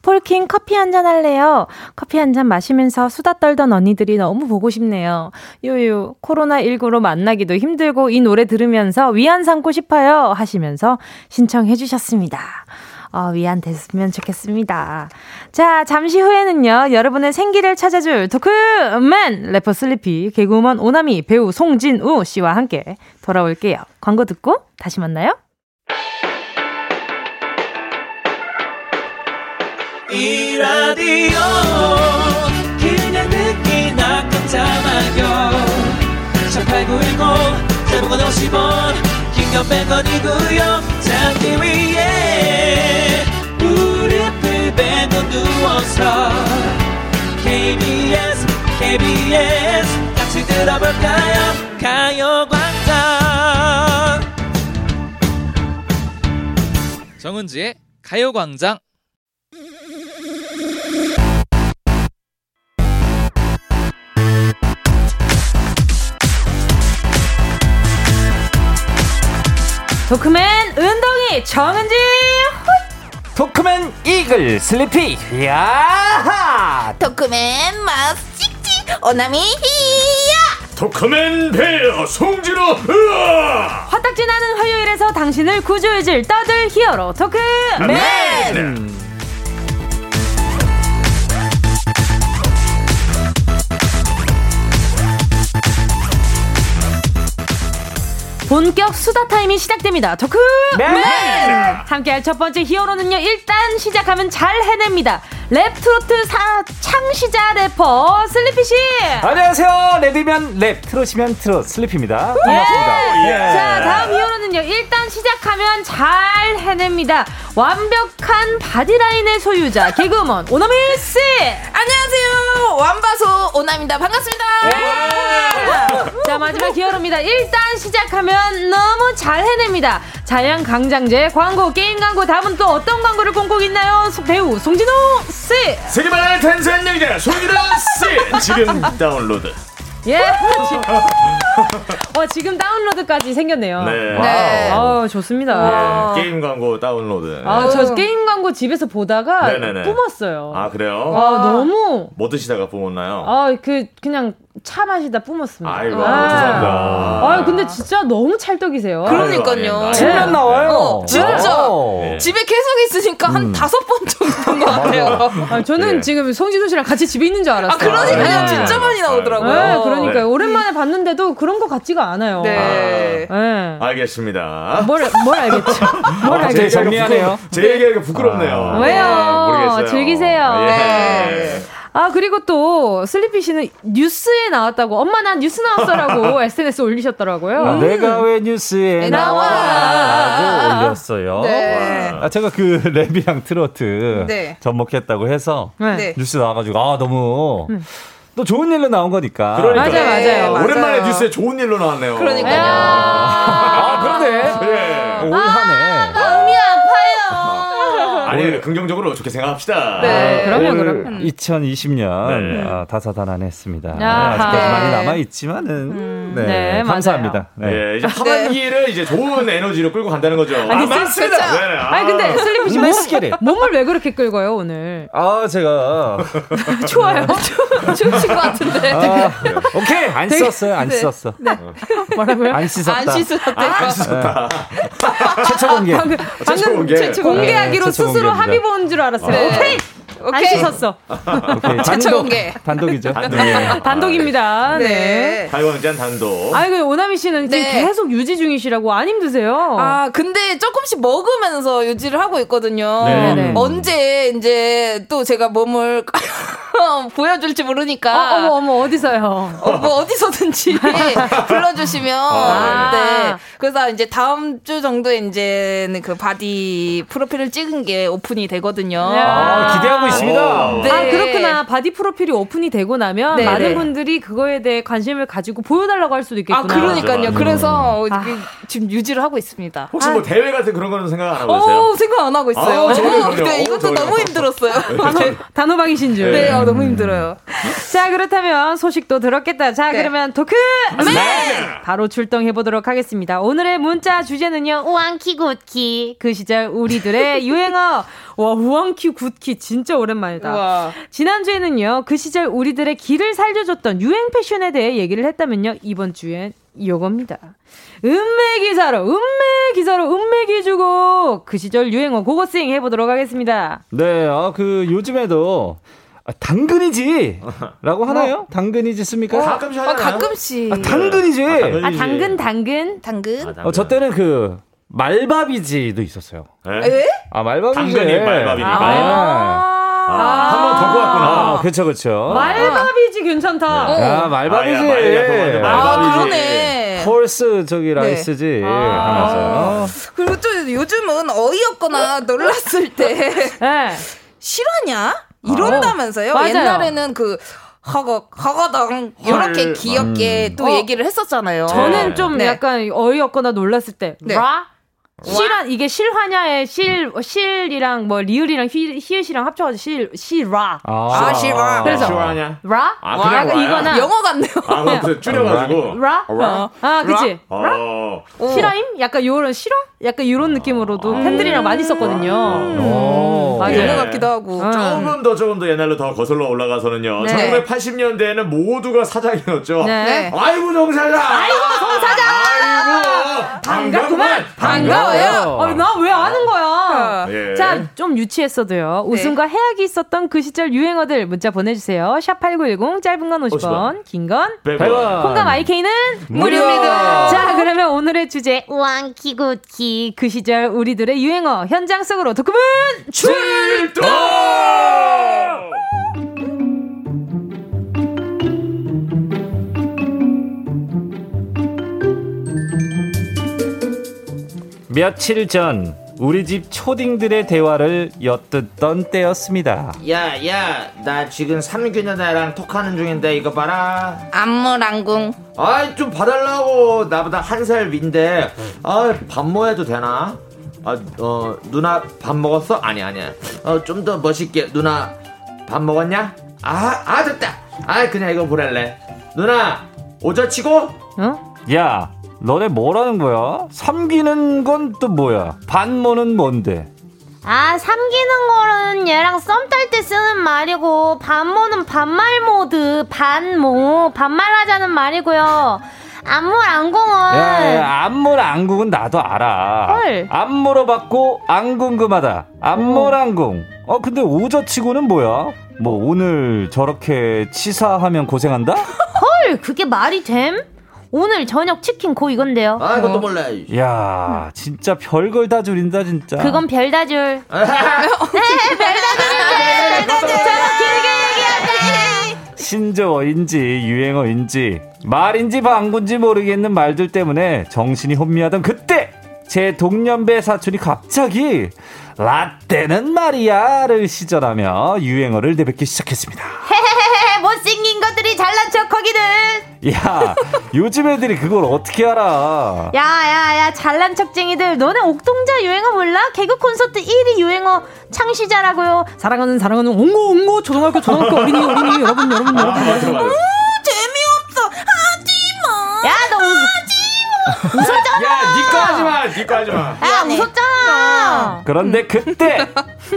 Speaker 1: 폴킹 커피 한 잔 할래요. 커피 한 잔 마시면서 수다 떨던 언니들이 너무 보고 싶네요. 요요, 코로나19로 만나기도 힘들고 이 노래 들으면서 위안 삼고 싶어요. 하시면서 신청해 주셨습니다. 어, 위안 됐으면 좋겠습니다. 자, 잠시 후에는요, 여러분의 생기를 찾아줄 토크맨! 래퍼 슬리피, 개그우먼 오나미, 배우 송진우 씨와 함께 돌아올게요. 광고 듣고 다시 만나요.
Speaker 2: 이 라디오 그냥 듣기나 깜짝마요 18910 대목원 50원 긴건 100원이구요 잡기 위해 무릎을 베고 누워서 KBS KBS 같이 들어볼까요 가요광장
Speaker 9: 정은지의 가요광장
Speaker 1: 토크맨 은동이 정은지!
Speaker 2: 토크맨 이글 슬리피 야하
Speaker 10: 토크맨 마스 찍찍 오나미 히야
Speaker 11: 토크맨 배어 송진호 으아!
Speaker 1: 화딱지 나는 화요일에서 당신을 구조해줄 떠들 히어로 토크맨!
Speaker 2: 네!
Speaker 11: 네.
Speaker 1: 본격 수다 타임이
Speaker 2: 네!
Speaker 1: 시작됩니다. 토크맨! 네! 함께할 첫 번째 히어로는요, 일단 시작하면 잘 해냅니다. 랩 트로트 사, 창시자 래퍼 슬리피 씨!
Speaker 10: 안녕하세요 랩이면 랩 트롯이면 트롯 슬리피입니다
Speaker 1: 예.
Speaker 10: 반갑습니다
Speaker 1: 자, 다음 히어로는요. 일단 시작하면 잘 해냅니다. 완벽한 바디라인의 소유자 개그먼 오너미 씨.
Speaker 10: 안녕하세요
Speaker 8: 완바소 오남입니다. 반갑습니다.
Speaker 1: 자 마지막 기회입니다. 일단 시작하면 너무 잘 해냅니다. 자양 강장제 광고 게임 광고 다음은 또 어떤 광고를 꿈꾸고 있나요? 소- 배우 송진호 씨.
Speaker 11: 세계만의 탄산 여기자 송기라 씨 지금 다운로드.
Speaker 1: 예. 어 지금 다운로드까지 생겼네요.
Speaker 11: 네.
Speaker 1: 네.
Speaker 11: 와우.
Speaker 1: 어
Speaker 8: 아.
Speaker 1: 좋습니다.
Speaker 11: 네, 게임 광고 다운로드.
Speaker 1: 아
Speaker 8: 네.
Speaker 1: 저 게임 광고 집에서 보다가
Speaker 11: 네네네.
Speaker 1: 뿜었어요.
Speaker 11: 아 그래요?
Speaker 1: 아 너무
Speaker 11: 뭐 드시다가 뿜었나요?
Speaker 1: 아 그 그냥 차 마시다 뿜었습니다.
Speaker 11: 아이고
Speaker 1: 아.
Speaker 11: 죄송합니다.
Speaker 8: 그
Speaker 1: 아유 근데 진짜 너무 찰떡이세요.
Speaker 11: 아, 예.
Speaker 8: 그러니까요.
Speaker 11: 침면
Speaker 8: 나와요. 어, 진짜.
Speaker 11: 네.
Speaker 8: 집에 계속 있으니까 한 다섯 번 정도 본것 같아요.
Speaker 1: 아, 저는 지금 송진호 씨랑 같이 집에 있는 줄 알았어요.
Speaker 8: 아, 그러니까요.
Speaker 1: 네.
Speaker 8: 진짜 많이 나오더라고요.
Speaker 1: 네, 그러니까요.
Speaker 11: 예. 네.
Speaker 1: 오랜만에 봤는데도 그런 것 같지가 않아요.
Speaker 11: 네.
Speaker 1: 네.
Speaker 11: 알겠습니다.
Speaker 1: 뭘,
Speaker 11: [LAUGHS]
Speaker 1: 뭘 알겠죠? 뭘
Speaker 11: 아, 제
Speaker 1: 알겠죠? 네. 아,
Speaker 11: 얘기하기가 부끄러- 제 얘기하기가 부끄럽네요.
Speaker 1: 왜요?
Speaker 11: 아, 모르겠어요.
Speaker 1: 즐기세요.
Speaker 11: 예.
Speaker 1: 네. 아, 그리고 또, 슬리피 씨는 뉴스에 나왔다고, 엄마 난 뉴스 나왔어라고 SNS에 올리셨더라고요.
Speaker 10: 아, 내가 왜 뉴스에
Speaker 1: 음. 나와.
Speaker 10: 나와라고 올렸어요.
Speaker 8: 네.
Speaker 10: 아, 제가 그 [LAUGHS] 랩이랑 트로트
Speaker 8: 네.
Speaker 10: 접목했다고 해서
Speaker 8: 네.
Speaker 10: 뉴스 나와가지고 아 너무 또 좋은 일로 나온 거니까.
Speaker 11: 그러니까요. 맞아요, 맞아요.
Speaker 8: 맞아요.
Speaker 11: 오랜만에 뉴스에 좋은 일로 나왔네요.
Speaker 8: 그러니까요.
Speaker 10: 아 그런데
Speaker 6: 아,
Speaker 11: 예.
Speaker 10: 올 한해
Speaker 8: 마음이 아파요.
Speaker 11: 아니 근데 긍정적으로 좋게 생각합시다.
Speaker 8: 네.
Speaker 1: 그럼요,
Speaker 10: 올
Speaker 1: 그럼요.
Speaker 10: 2020년
Speaker 11: 네.
Speaker 10: 아, 다사다난했습니다.
Speaker 1: 아하.
Speaker 10: 아직까지
Speaker 1: 네.
Speaker 10: 많이 남아 있지만은 네,
Speaker 1: 네, 맞아요.
Speaker 10: 감사합니다. 네.
Speaker 11: 예, 이제 하반기를 이제 좋은 에너지로 끌고 간다는 거죠.
Speaker 1: 아니, 쓸- 쓸-
Speaker 11: 네, 아.
Speaker 1: 아니, 근데 슬리피 씨
Speaker 10: Let's get
Speaker 1: 몸,
Speaker 10: it.
Speaker 1: [LAUGHS] 몸을 왜 그렇게 끌고요, 오늘?
Speaker 10: 아 제가
Speaker 1: [LAUGHS] 좋아요. 춤춘 것 같은데.
Speaker 10: 네. 아, 오케이 안
Speaker 1: 되게-
Speaker 10: 썼어요 안
Speaker 1: 네.
Speaker 10: 썼어
Speaker 1: 뭐라고요?
Speaker 10: 안 씻었다.
Speaker 8: 안 씻었대요.
Speaker 11: 안 씻었다.
Speaker 6: 아.
Speaker 10: [LAUGHS] 최초 공개.
Speaker 1: 방금,
Speaker 8: 어,
Speaker 11: 최초
Speaker 1: 방금
Speaker 11: 공개.
Speaker 1: 최초 공개하기로
Speaker 10: 네, 최초
Speaker 1: 스스로
Speaker 10: 공개입니다.
Speaker 1: 합의 본 줄 알았어요.
Speaker 8: 네.
Speaker 1: 오케이! 안
Speaker 8: 오케이.
Speaker 1: 씻었어.
Speaker 10: 오케이.
Speaker 8: 최초
Speaker 10: 단독,
Speaker 8: 공개.
Speaker 10: 단독이죠.
Speaker 8: [LAUGHS]
Speaker 1: [LAUGHS] 단독입니다. 네.
Speaker 8: 네.
Speaker 11: 가요광장 네. 단독.
Speaker 1: 아이고 오나미 씨는 지금
Speaker 8: 네.
Speaker 1: 계속 유지 중이시라고 안 힘드세요?
Speaker 8: 아, 근데 조금씩 먹으면서 유지를 하고 있거든요.
Speaker 11: 네,
Speaker 1: 네.
Speaker 8: 언제 이제 또 제가 몸을 [LAUGHS] 보여줄지 모르니까.
Speaker 1: 아, 어머 어머 어디서요?
Speaker 8: 어, 뭐
Speaker 1: [LAUGHS]
Speaker 8: 어디서든지 불러주시면
Speaker 11: 아,
Speaker 1: 네.
Speaker 8: 네 그래서 이제 다음 주 정도에 이제는 그 바디 프로필을 찍은 게 오픈이 되거든요.
Speaker 10: 아, 기대하고 있습니다.
Speaker 6: 어.
Speaker 11: 오.
Speaker 8: 네.
Speaker 1: 아 그렇구나 바디 프로필이 오픈이 되고 나면
Speaker 8: 네,
Speaker 1: 많은
Speaker 8: 네.
Speaker 1: 분들이 그거에 대해 관심을 가지고 보여달라고 할 수도 있겠구나.
Speaker 8: 아 그러니까요.
Speaker 11: 맞아.
Speaker 8: 그래서
Speaker 1: 아.
Speaker 10: 음.
Speaker 8: 그- 지금 유지를 하고 있습니다.
Speaker 11: 혹시 뭐 대회 같은 그런 거는 생각 안 하고 계세요?
Speaker 8: 어 생각 안 하고 있어요.
Speaker 11: 아, 저거요, 저거요.
Speaker 8: 네,
Speaker 11: 어,
Speaker 8: 이것도
Speaker 11: 저거요.
Speaker 8: 너무 힘들었어요.
Speaker 1: 단호, 단호박이신 줄. 음.
Speaker 8: 네, 어, 너무 힘들어요.
Speaker 1: 자 그렇다면 소식도 들었겠다. 자
Speaker 8: 네.
Speaker 1: 그러면 도크맨 바로 출동해 보도록 하겠습니다. 오늘의 문자 주제는요. 우왕키 굿키 그 시절 우리들의
Speaker 8: [LAUGHS]
Speaker 1: 유행어. 와 우왕키 굿키 진짜 오랜만이다.
Speaker 8: 우와.
Speaker 1: 지난주에는요, 그 시절 우리들의 길을 살려줬던 유행 패션에 대해 얘기를 했다면요, 이번 주엔 요겁니다. 음메 기사로, 음메 기사로, 음메 기주고, 그 시절 유행어 고고싱 해보도록 하겠습니다.
Speaker 10: 네, 아, 그 요즘에도 아, 당근이지! 라고
Speaker 1: 어?
Speaker 10: 하나요? 당근이지 씁니까?
Speaker 11: 그 가끔씩
Speaker 8: 아,
Speaker 11: 하잖아요.
Speaker 8: 가끔씩
Speaker 10: 아, 당근이지!
Speaker 1: 아, 당근, 당근.
Speaker 8: 당근.
Speaker 10: 어, 저 때는 그 말밥이지도 있었어요.
Speaker 11: 네?
Speaker 10: 아, 말밥이지.
Speaker 11: 당근이 말밥이니까. 아, 한번 더 꼬았구나.
Speaker 10: 아, 그쵸, 그쵸.
Speaker 1: 말밥이지 괜찮다.
Speaker 8: 네.
Speaker 10: 아,
Speaker 11: 아, 야, 말이야,
Speaker 10: 말밥이지.
Speaker 11: 그거는
Speaker 8: 아,
Speaker 11: 말밥이지.
Speaker 8: 그러네.
Speaker 10: 펄스 저기 라이스지 하면서
Speaker 8: 그리고 또 요즘은 어이없거나 놀랐을 때
Speaker 1: [LAUGHS] 네. 아.
Speaker 8: 실화냐? 이런다면서요?
Speaker 1: 맞아요.
Speaker 8: 옛날에는 그 허걱 허거덩 이렇게
Speaker 11: 헐. 음.
Speaker 8: 귀엽게 또
Speaker 1: 어.
Speaker 8: 얘기를 했었잖아요.
Speaker 1: 저는 좀
Speaker 8: 네.
Speaker 1: 약간 어이없거나 놀랐을 때,
Speaker 8: 네.
Speaker 1: 라? 실한 이게 실화냐의 실 실이랑 뭐 리을이랑 히, 히읗이랑 합쳐가지고 실 실라
Speaker 8: 아, 실화.
Speaker 1: 그래서
Speaker 11: 좋아하냐?
Speaker 1: 라
Speaker 11: 아, 그냥
Speaker 1: 약간
Speaker 11: 와요?
Speaker 1: 이거나
Speaker 8: 영어 같네요.
Speaker 11: 아, 그럼 그 줄여가지고.
Speaker 1: 라?
Speaker 8: 어,
Speaker 11: 라?
Speaker 1: 아, 그치.
Speaker 11: 어.
Speaker 1: 실화임? 약간 요런 실화? 약간
Speaker 11: 아.
Speaker 1: 요런 느낌으로도 팬들이랑 많이 썼거든요.
Speaker 10: 오.
Speaker 1: 맞아요.
Speaker 8: 영어 음. 같기도 하고.
Speaker 1: 음.
Speaker 11: 조금 더 조금 더 옛날로 더 거슬러 올라가서는요.
Speaker 8: 네.
Speaker 11: 1980년대에는 모두가 사장이었죠.
Speaker 1: 네.
Speaker 8: 네.
Speaker 11: 아이고 정사장. 아이고 정사장. 아이고 반갑구만.
Speaker 8: 반가워요.
Speaker 1: 아, 나 왜 아는 거야?
Speaker 11: 예.
Speaker 1: 자, 좀 유치했어도요.
Speaker 8: 네.
Speaker 1: 웃음과 해악이 있었던 그 시절 유행어들 문자 보내주세요. 샵8910, 짧은 건 50원, 긴 건
Speaker 11: 백원.
Speaker 1: 콩감 IK는
Speaker 8: 무료입니다.
Speaker 1: 자, 그러면 오늘의 주제 왕키 굿키 그 시절 우리들의 유행어 현장 속으로 독후문
Speaker 11: 출동.
Speaker 10: 며칠 전 우리 집 초딩들의 대화를 엿듣던 때였습니다.
Speaker 12: 야, 야, 나 지금 삼균여자랑 톡하는 중인데 이거 봐라.
Speaker 8: 안무랑궁.
Speaker 12: 아이, 좀 봐달라고. 나보다 한 살 위인데. 아, 밥 먹어도 되나? 아, 어, 누나 밥 먹었어? 아니, 아니야. 어, 좀 더 멋있게. 누나 밥 먹었냐? 아, 아, 됐다. 아, 그냥 이거 보랄래. 누나, 오자 치고?
Speaker 10: 야, 너네 뭐라는 거야? 삼기는 건 또 뭐야? 반모는 뭔데?
Speaker 13: 아, 삼기는 거는 얘랑 썸 탈 때 쓰는 말이고, 반모는 반말 모드, 반모, 반말하자는 말이고요. 안물안공은.
Speaker 10: 야, 야, 안물 안궁은 나도 알아.
Speaker 13: 헐.
Speaker 10: 안 물어봤고 안 궁금하다. 안물 안궁. 어, 근데 오저치고는 뭐야? 뭐 오늘 저렇게 치사하면 고생한다?
Speaker 13: 헐, 그게 말이 됨? 오늘 저녁 치킨 고 이건데요.
Speaker 12: 아, 이것도 몰라.
Speaker 10: 야, 진짜 별걸 다 줄인다 진짜.
Speaker 13: 그건 별다줄. 네, 별다줄인데. 별다줄.
Speaker 10: 신조어인지 유행어인지 말인지 방구인지 모르겠는 말들 때문에 정신이 혼미하던 그때 제 동년배 사촌이 갑자기 라떼는 말이야를 시전하며 유행어를 내뱉기 시작했습니다.
Speaker 13: 헤헤헤헤, 못생긴 것들이 잘난 척 거기는.
Speaker 10: 야 요즘 애들이 그걸 어떻게 알아?
Speaker 13: 야야야 잘난 척쟁이들 너네 옥동자 유행어 몰라? 개그 콘서트 1위 유행어 창시자라고요
Speaker 1: 사랑하는 사랑하는 옹고 옹고 초등학교 초등학교 어린이 어린이 여러분 여러분
Speaker 11: 아,
Speaker 1: 여러분 여러분.
Speaker 3: 재미없어. 하지마.
Speaker 13: 야, 너 웃- 웃었잖아
Speaker 11: 야, 니꺼 하지 마. 니꺼 하지 마.
Speaker 13: 야
Speaker 6: 어.
Speaker 13: 웃었잖아
Speaker 10: 그런데 그때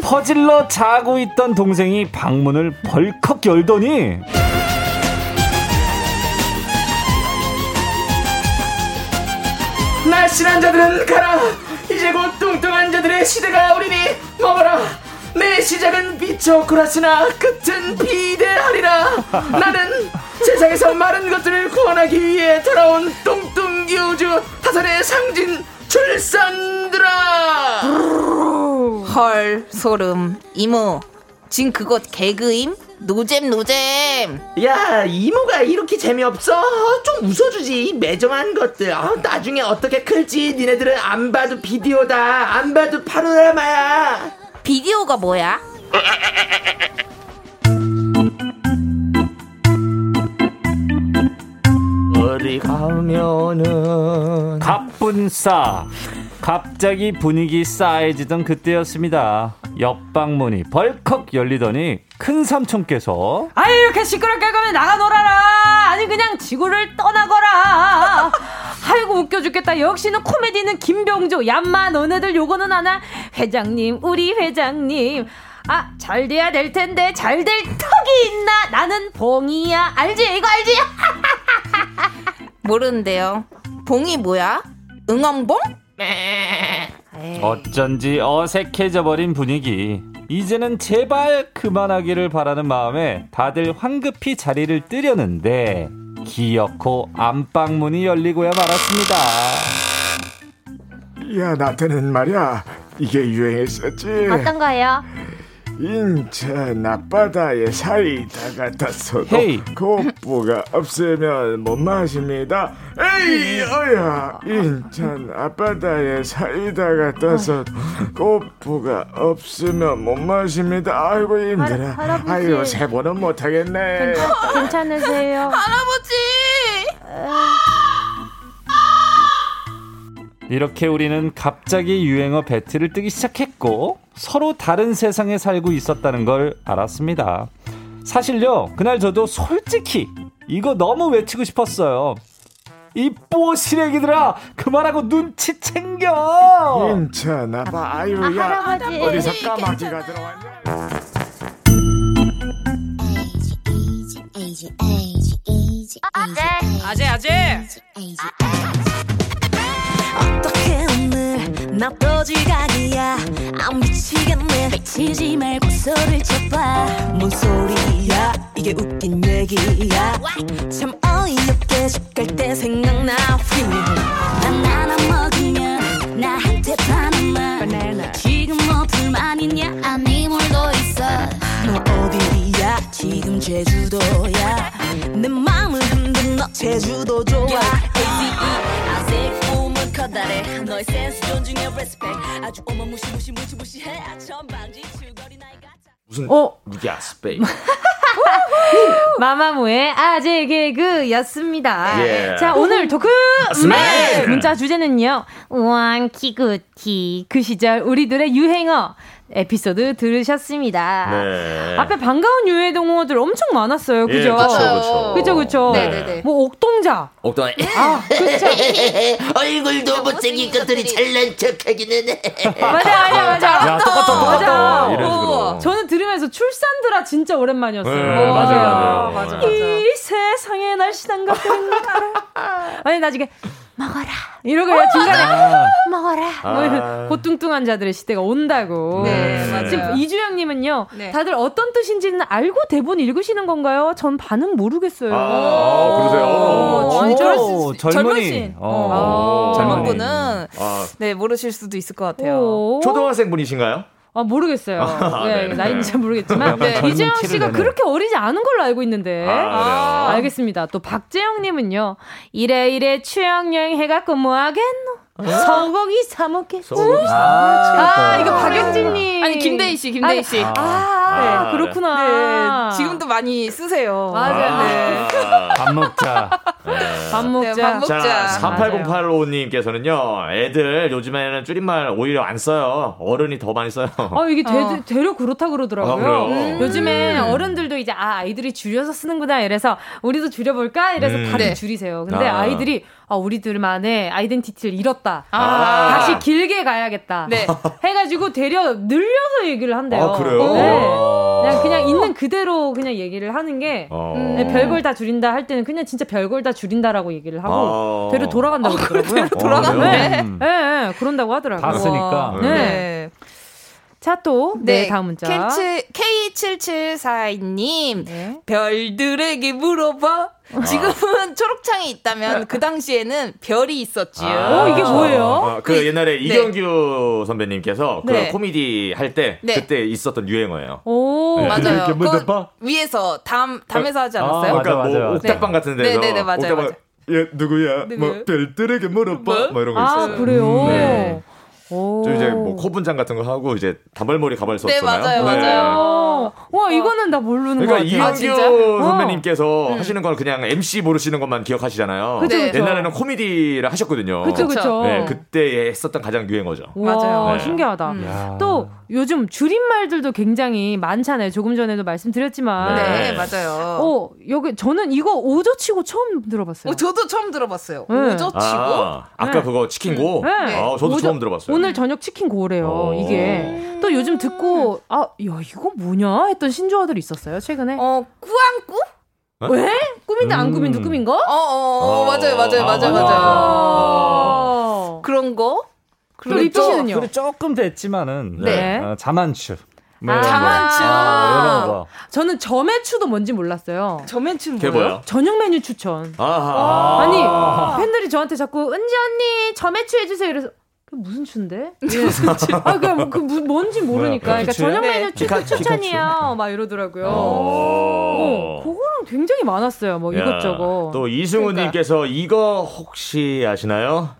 Speaker 10: 퍼질러 자고 있던 동생이 방문을 벌컥 열더니
Speaker 7: 날씬한 자들은 가라 이제 곧 뚱뚱한 자들의 시대가 오리니 먹어라 내 시작은 미쳐 구라시나 끝은 비대하리라 나는 세상에서 마른 것들을 구원하기 위해 돌아온 뚱뚱 유주 타산의 상징 출산들아
Speaker 8: 헐 소름 이모 지금 그거 개그임 노잼 노잼
Speaker 12: 야, 이모가 이렇게 재미없어? 좀 웃어주지, 이 매정한 것들.
Speaker 7: 어,
Speaker 12: 아, 나중에 어떻게 클지 니네들은 안 봐도 비디오다. 안 봐도 파노라마야.
Speaker 8: 비디오가 뭐야?
Speaker 12: 어디 가면은
Speaker 10: 갑분싸 갑자기 분위기 싸해지던 그때였습니다 옆방문이 벌컥 열리더니 큰 삼촌께서
Speaker 1: 아유 이렇게 시끄럽게 가면 나가 놀아라 아니 그냥 지구를 떠나거라 아이고 웃겨 죽겠다 역시는 코미디는 김병조 얌마 너네들 요거는 하나 회장님 우리 회장님 아 잘 돼야 될 텐데 잘 될 턱이 있나 나는 봉이야 알지 이거 알지
Speaker 8: 모르는데요 봉이 뭐야? 응엉봉?
Speaker 1: 네.
Speaker 10: 어쩐지 어색해져 버린 분위기 이제는 제발 그만하기를 바라는 마음에 다들 황급히 자리를 뜨려는데 기어코 안방문이 열리고야 말았습니다
Speaker 14: 야 나한테는 말이야 이게 유행했었지
Speaker 13: 어떤 거예요?
Speaker 14: 인천 앞바다에 사이다 같아서도 고부가 없으면 못 마십니다 에이 어야 인천 앞바다에 사이다 같아서도 고부가 없으면 못 마십니다 아이고 힘들어
Speaker 13: 할아버지.
Speaker 14: 아이고 세 번은 못하겠네
Speaker 13: 괜찮-
Speaker 1: [LAUGHS]
Speaker 13: 괜찮으세요?
Speaker 8: 할아버지
Speaker 10: 이렇게 우리는 갑자기 유행어 배틀을 뜨기 시작했고 서로 다른 세상에 살고 있었다는 걸 알았습니다. 사실요, 그날 저도 솔직히 이거 너무 외치고 싶었어요. 이 뽀시래기들아 그만하고 눈치 챙겨.
Speaker 14: 인천 아빠 아이고야
Speaker 13: 할아버지.
Speaker 14: 어디서 까마귀가 들어왔냐
Speaker 8: 아재 아재
Speaker 6: 어떡해 오늘 나 또 지각이야 안 미치겠네 미치지 말고 소리를 쳐봐 뭔 소리야 이게 웃긴 얘기야 참 어이없게 죽을 때 생각나 바나나 먹으면 나한테 바나나 지금 뭐 불만이냐 아니 뭘더 있어 너 어디야 지금 제주도야 내 마음을 흔든 너 제주도 좋아 ACE 아직 꿈은 커다래 너
Speaker 15: 너의 센스 존중해 respect 아주 어마무시 무시 무시 무시해 아천방지 출거리 나이 가짜
Speaker 11: 무슨
Speaker 1: 어?
Speaker 11: 야스베이
Speaker 1: 마마무의 아재 개그였습니다.
Speaker 11: 예.
Speaker 1: 자, 오늘
Speaker 11: 스매시!
Speaker 1: 도크맨 문자 주제는요. 우왕 키구티 그 시절 우리들의 유행어 에피소드 들으셨습니다.
Speaker 6: 아,
Speaker 15: 네.
Speaker 1: 앞에 반가운 유해 동호들 엄청 많았어요.
Speaker 11: 예,
Speaker 1: 그죠?
Speaker 11: 그쵸, 그쵸.
Speaker 1: 그쵸, 그쵸.
Speaker 11: 네, 네, 네.
Speaker 1: 뭐 옥동자.
Speaker 11: 옥동아
Speaker 1: 아, 그쵸.
Speaker 6: [LAUGHS]
Speaker 15: 아,
Speaker 6: 얼굴도 못생긴 것들이 잘난 척하기는 해.
Speaker 1: 맞아,
Speaker 6: [LAUGHS]
Speaker 1: 맞아, 맞아.
Speaker 6: 야, 똑같아, 똑같아.
Speaker 1: 맞아.
Speaker 6: 이런 식으로.
Speaker 1: 저는 들으면서 출산드라 진짜 오랜만이었어요.
Speaker 6: 네, 맞아요, 맞아요.
Speaker 1: 어, 이 세상에 날씬한 것들은 가라. 아니, 나중에 먹어라. 이러고
Speaker 16: 어,
Speaker 1: 중간에
Speaker 16: 맞아.
Speaker 1: 먹어라. 뭐 이런
Speaker 16: 아.
Speaker 1: 고뚱뚱한 자들의 시대가 온다고.
Speaker 16: 네, 맞아요.
Speaker 1: 지금 이주영님은요,
Speaker 16: 네.
Speaker 1: 다들 어떤 뜻인지는 알고 대본 읽으시는 건가요? 전 반응 모르겠어요.
Speaker 17: 아, 그러세요?
Speaker 1: 어, 진짜?
Speaker 10: 오, 젊은이.
Speaker 8: 어,
Speaker 11: 어.
Speaker 8: 젊은
Speaker 11: 네.
Speaker 8: 분은
Speaker 11: 아,
Speaker 8: 네 모르실 수도 있을 것 같아요.
Speaker 11: 초등학생 분이신가요?
Speaker 1: 아 모르겠어요.
Speaker 11: 아,
Speaker 1: 네,
Speaker 11: 네.
Speaker 1: 나이는 잘 모르겠지만
Speaker 11: 약간 젊은
Speaker 1: 이재영
Speaker 11: 티를
Speaker 1: 씨가
Speaker 11: 내네.
Speaker 1: 그렇게 어리지 않은 걸로 알고 있는데.
Speaker 11: 아, 그래요?
Speaker 1: 알겠습니다. 또 박재영님은요. 이래 이래 취향 여행 해갖고 뭐 하겠노? 소고기 사 먹겠어.
Speaker 11: 소고기 어? 사 먹겠다.
Speaker 1: 아, 이거 박영진님.
Speaker 8: 아니, 김대희 씨, 김대희
Speaker 1: 아니,
Speaker 8: 씨.
Speaker 1: 아,
Speaker 8: 아,
Speaker 1: 네, 그렇구나.
Speaker 8: 네, 지금도 많이 쓰세요.
Speaker 1: 맞아요. 네.
Speaker 11: 밥 먹자.
Speaker 1: 밥 먹자.
Speaker 8: 네, 밥 먹자.
Speaker 11: 자, 380885님께서는요, 애들 요즘에는 줄임말 오히려 안 써요. 어른이 더 많이 써요. [LAUGHS]
Speaker 1: 어 이게 되, 되려 그렇다 그러더라고요. 음.
Speaker 11: 아, 그래요?
Speaker 1: 요즘에 어른들도 이제 아 아이들이 줄여서 쓰는구나 이래서 우리도 줄여볼까 이래서
Speaker 11: 음.
Speaker 1: 다들
Speaker 11: 네.
Speaker 1: 줄이세요. 근데
Speaker 11: 아.
Speaker 1: 아. 이들이아 우리들만의 아이덴티티를 잃었다.
Speaker 11: 아.
Speaker 1: 다시 길게 가야겠다.
Speaker 11: 네.
Speaker 1: [LAUGHS] 해가지고 되려 늘려서 얘기를 한대요.
Speaker 11: 아, 그래요?
Speaker 1: 네.
Speaker 11: 오.
Speaker 1: 그냥 그냥 있는 그대로 그냥 얘기를 하는 게
Speaker 11: 어.
Speaker 1: 네, 별걸 다 줄인다 할 때는 그냥 진짜 별걸 다 줄인다라고 얘기를 하고
Speaker 11: 아.
Speaker 1: 되려 돌아간다고 그러더라고요.
Speaker 11: 돌아가네.
Speaker 1: 네. 네, 네, 그런다고 하더라고요.
Speaker 11: 다 쓰니까.
Speaker 1: 네. 자, 또, 네, 다음 문자.
Speaker 8: K7742님,
Speaker 1: 네.
Speaker 8: 별들에게 물어봐.
Speaker 11: 아.
Speaker 8: 지금은 초록창이 있다면 그 당시에는 별이 있었지요.
Speaker 11: 아. 어, 그 옛날에
Speaker 8: 네.
Speaker 11: 이경규 선배님께서 그
Speaker 8: 네.
Speaker 11: 코미디 할 때
Speaker 8: 네.
Speaker 11: 그때 있었던 유행어예요.
Speaker 1: 오,
Speaker 11: 네. 근데
Speaker 8: 맞아요.
Speaker 11: 이렇게 문
Speaker 8: 그거
Speaker 11: 닫아?
Speaker 8: 위에서 담, 담에서 하지
Speaker 11: 아,
Speaker 8: 않았어요?
Speaker 11: 그러니까 뭐 옥탑방 같은 데서
Speaker 8: 네, 네, 네, 맞아요,
Speaker 11: 옥탑방
Speaker 8: 맞아요.
Speaker 14: 예,
Speaker 11: 얘 누구야? 뭐 별들에게 물어봐. 뭐 이런 거
Speaker 1: 아,
Speaker 11: 있어요.
Speaker 1: 그래요?
Speaker 11: 네.
Speaker 1: 오.
Speaker 11: 좀 이제 뭐 코분장 같은 거 하고 이제 단발머리 가발
Speaker 1: 네,
Speaker 11: 썼잖아요.
Speaker 1: 맞아요, 맞아요. 와, 이거는 나 모르는
Speaker 11: 그러니까
Speaker 1: 것 같아요.
Speaker 11: 이현규
Speaker 1: 어.
Speaker 11: 선배님께서 하시는 건 그냥 MC 모르시는 것만 기억하시잖아요. 네,
Speaker 1: 그쵸, 그쵸.
Speaker 11: 옛날에는 코미디를 하셨거든요.
Speaker 1: 그쵸, 그쵸.
Speaker 11: 네, 그때 했었던 가장 유행어죠.
Speaker 1: 와,
Speaker 11: 네.
Speaker 1: 신기하다.
Speaker 11: 야.
Speaker 1: 또 요즘 줄임말들도 굉장히 많잖아요. 조금 전에도 말씀드렸지만.
Speaker 8: 네, 맞아요.
Speaker 1: 어, 여기 저는 이거 오조치고 처음 들어봤어요.
Speaker 8: 어, 저도 처음 들어봤어요.
Speaker 1: 네.
Speaker 8: 오조치고.
Speaker 11: 아, 아까 그거 치킨고.
Speaker 1: 네.
Speaker 11: 아, 저도
Speaker 1: 오조-
Speaker 11: 처음 들어봤어요. 어.
Speaker 1: 오늘 저녁 치킨 고래요. 이게 또 요즘
Speaker 8: 네.
Speaker 1: 듣고 아, 야 이거 뭐냐 했던 신조어들이 있었어요. 최근에. 어,
Speaker 8: 꾸안꾸?
Speaker 11: 어?
Speaker 1: 왜? 꾸민데 안
Speaker 11: 음.
Speaker 1: 꾸민데 꾸민 거?
Speaker 8: 어, 어, 어, 맞아요, 맞아요, 맞아요, 맞아요. 그런 거?
Speaker 10: 그리고 또- 그리고 조금 됐지만은
Speaker 1: 네.
Speaker 10: 어, 자만추. 뭐
Speaker 1: 아,
Speaker 10: 이런 거.
Speaker 1: 자만추.
Speaker 10: 아, 이런 거.
Speaker 1: 저는 점액추도 뭔지 몰랐어요.
Speaker 8: 점액추는
Speaker 10: 그게 뭐예요? 뭐예요?
Speaker 1: 저녁 메뉴 추천.
Speaker 11: 아하.
Speaker 1: 아니 팬들이 저한테 자꾸 은지 언니 점액추 해주세요. 이래서 그 무슨
Speaker 8: [LAUGHS]
Speaker 1: 추인데? 아 그냥 뭐그 무- 뭔지 모르니까.
Speaker 11: 뭐야,
Speaker 1: 그러니까
Speaker 11: 피카츄예요?
Speaker 1: 저녁 메뉴
Speaker 11: 네.
Speaker 1: 추
Speaker 11: 피카-
Speaker 1: 추천이에요.
Speaker 11: 피카츄.
Speaker 1: 막 이러더라고요.
Speaker 8: 어.
Speaker 11: 오.
Speaker 1: 어, 그거랑 굉장히 많았어요. 뭐
Speaker 11: 야,
Speaker 1: 이것저것. 그러니까.
Speaker 11: 또 이승우님께서 이거 혹시 아시나요?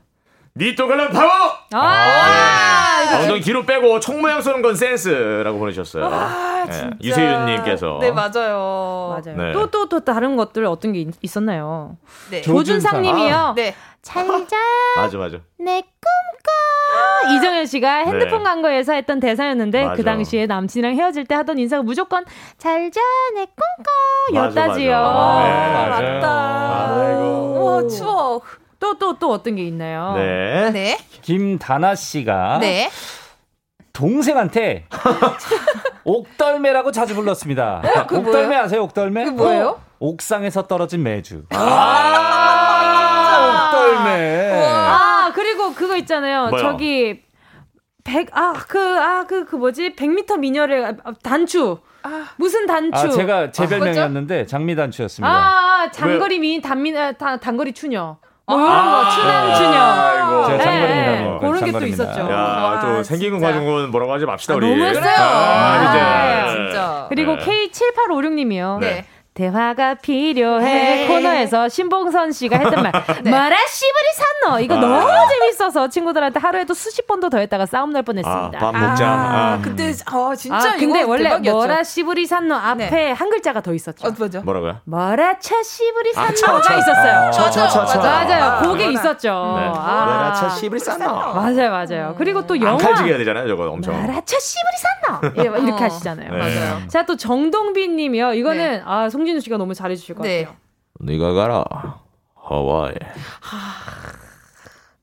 Speaker 11: 니또 갈란 파워!
Speaker 1: 아,
Speaker 11: 아, 엉덩이 뒤로 빼고 총 모양 쏘는 건 센스라고 보내셨어요. 예, 유세윤님께서.
Speaker 1: 네,
Speaker 8: 맞아요.
Speaker 1: 맞아요.
Speaker 11: 네.
Speaker 1: 또, 또, 또 다른 것들 어떤 게 있, 있었나요?
Speaker 8: 네.
Speaker 11: 조준상.
Speaker 1: 조준상님이요.
Speaker 11: 아. [LAUGHS]
Speaker 1: 잘자
Speaker 11: 맞아, 맞아.
Speaker 1: 내 꿈꿔. 이정현 씨가 핸드폰
Speaker 11: 네.
Speaker 1: 광고에서 했던 대사였는데
Speaker 11: 맞아.
Speaker 1: 그 당시에 남친이랑 헤어질 때 하던 인사가 무조건 잘자 내 꿈꿔였다지요.
Speaker 11: 맞아, 맞아. 네,
Speaker 1: 아이고. 와 추억. 또 또 또 어떤 네. 게 있나요?
Speaker 10: 네. 김다나 씨가
Speaker 8: 네.
Speaker 1: [LAUGHS]
Speaker 10: 동생한테 옥덜매라고 자주 불렀습니다.
Speaker 8: 그게
Speaker 10: 옥덜매
Speaker 8: 뭐예요?
Speaker 10: 아세요? 옥덜매? 어,
Speaker 8: 그게 뭐예요?
Speaker 10: 옥상에서 떨어진 매주.
Speaker 1: 아,
Speaker 10: 옥덜매.
Speaker 1: 아 그리고 그거 있잖아요.
Speaker 10: 네. 뭐요?
Speaker 1: 저기 백 아 그 아 그 그 뭐지 100m 미녀를 아, 단추 무슨 단추?
Speaker 10: 아, 제가 제
Speaker 1: 아, 뭐죠?
Speaker 10: 별명이었는데 장미단추였습니다.
Speaker 1: 아, 아, 장거리 미인 단민 아, 다- 단거리 추녀. 뭐 이런 거 추남
Speaker 10: 네.
Speaker 11: 아,
Speaker 1: 추녀.
Speaker 11: 아이고.
Speaker 1: 예,
Speaker 11: 장거리
Speaker 1: 예.
Speaker 11: 미남이에요.
Speaker 1: 그런 게 또
Speaker 11: 장거리 미남.
Speaker 1: 있었죠. 아,
Speaker 11: 야, 또 생긴 건 가진 건 뭐라고 하지 맙시다, 우리.
Speaker 8: 아,
Speaker 1: 너무했어요.
Speaker 11: 아, 이제.
Speaker 1: 그리고
Speaker 11: 네.
Speaker 1: K7856님이요.
Speaker 11: 네.
Speaker 1: 대화가
Speaker 8: 네.
Speaker 1: 필요해 코너에서 신봉선 씨가 했던
Speaker 8: [LAUGHS]
Speaker 1: 말 마라 씨부리 산너 이거
Speaker 11: 아.
Speaker 1: 너무 재밌어서 친구들한테 하루에도 수십 번도 더 했다가 싸움 날 뻔했습니다.
Speaker 11: 밥 먹자.
Speaker 8: 아,
Speaker 11: 아.
Speaker 8: 그때 아 진짜
Speaker 1: 아, 근데
Speaker 8: 이거
Speaker 1: 원래
Speaker 8: 대박이었죠. 네. 어,
Speaker 1: 머라 씨부리 산너 앞에 한 글자가 더 있었죠.
Speaker 8: 뭐죠?
Speaker 11: 뭐라고요?
Speaker 1: 머라 차 씨부리
Speaker 11: 아,
Speaker 1: 산너가
Speaker 11: 차, 차.
Speaker 1: 있었어요.
Speaker 11: 아, 차, 차, 차, 차.
Speaker 1: 맞아요.
Speaker 11: 아,
Speaker 1: 그게
Speaker 11: 머라.
Speaker 1: 있었죠.
Speaker 11: 네.
Speaker 1: 아.
Speaker 11: 머라 차 씨부리 산너.
Speaker 1: 맞아요, 맞아요. 그리고 또
Speaker 11: 안
Speaker 1: 영화
Speaker 11: 칼지게 해야 되잖아요, 저거 엄청.
Speaker 1: 마라 차 씨부리 산너 예,
Speaker 8: 어.
Speaker 1: 이렇게 하시잖아요.
Speaker 11: 네. 맞아요.
Speaker 1: 자 또 정동빈님이요. 이거는 아 송진우 씨가 너무 잘해주실 것 같아요.
Speaker 11: 네가 가라 하와이.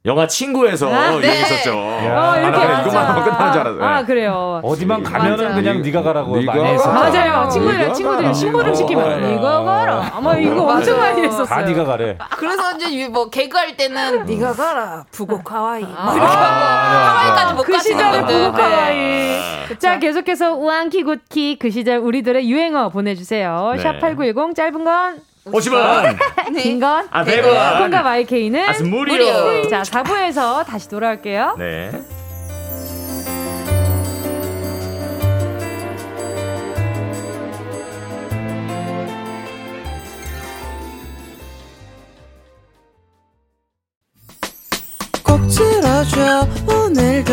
Speaker 11: 영화 친구에서
Speaker 1: 아,
Speaker 11: 이거
Speaker 1: 네.
Speaker 11: 있었죠.
Speaker 1: 야. 어,
Speaker 11: 아,
Speaker 1: 이렇게
Speaker 11: 나 그냥
Speaker 1: 맞아.
Speaker 11: 이것만 하면 끝나는 줄 알았어요.
Speaker 1: 아 그래요.
Speaker 10: 어디만 가면은
Speaker 1: 맞아요.
Speaker 10: 그냥 네가 가라고
Speaker 11: 네가
Speaker 10: 많이 했었죠.
Speaker 11: 가라.
Speaker 1: 맞아요. 친구들
Speaker 10: 네가
Speaker 1: 친구들
Speaker 10: 가라.
Speaker 1: 신고를 시키면
Speaker 10: 어,
Speaker 1: 이거 봐라. 아마 이거
Speaker 10: 맞아요.
Speaker 1: 엄청 많이
Speaker 10: 다
Speaker 1: 했었어요.
Speaker 10: 네가 가래.
Speaker 8: 그래서 이제 유- 뭐 개그할
Speaker 11: 음.
Speaker 8: 때는 네가 가라 부곡 하와이 뭐 이렇게
Speaker 10: 아,
Speaker 8: 하와이까지 못
Speaker 1: 아. 그
Speaker 8: 가시는
Speaker 11: 아,
Speaker 1: 시절의
Speaker 8: 분들.
Speaker 1: 부곡
Speaker 8: 네.
Speaker 1: 하와이. 자 계속해서 우왕키 굿키 그 시절 우리들의 유행어 보내주세요.
Speaker 11: 네.
Speaker 1: 샵8910 짧은 건
Speaker 11: 50원.
Speaker 1: [LAUGHS] 긴건
Speaker 11: 아, 네 건.
Speaker 1: 콩과 YK는
Speaker 11: 아, 무료.
Speaker 1: 자 4부에서 다시 돌아올게요.
Speaker 11: 네.
Speaker 18: 꼭 들어줘 오늘도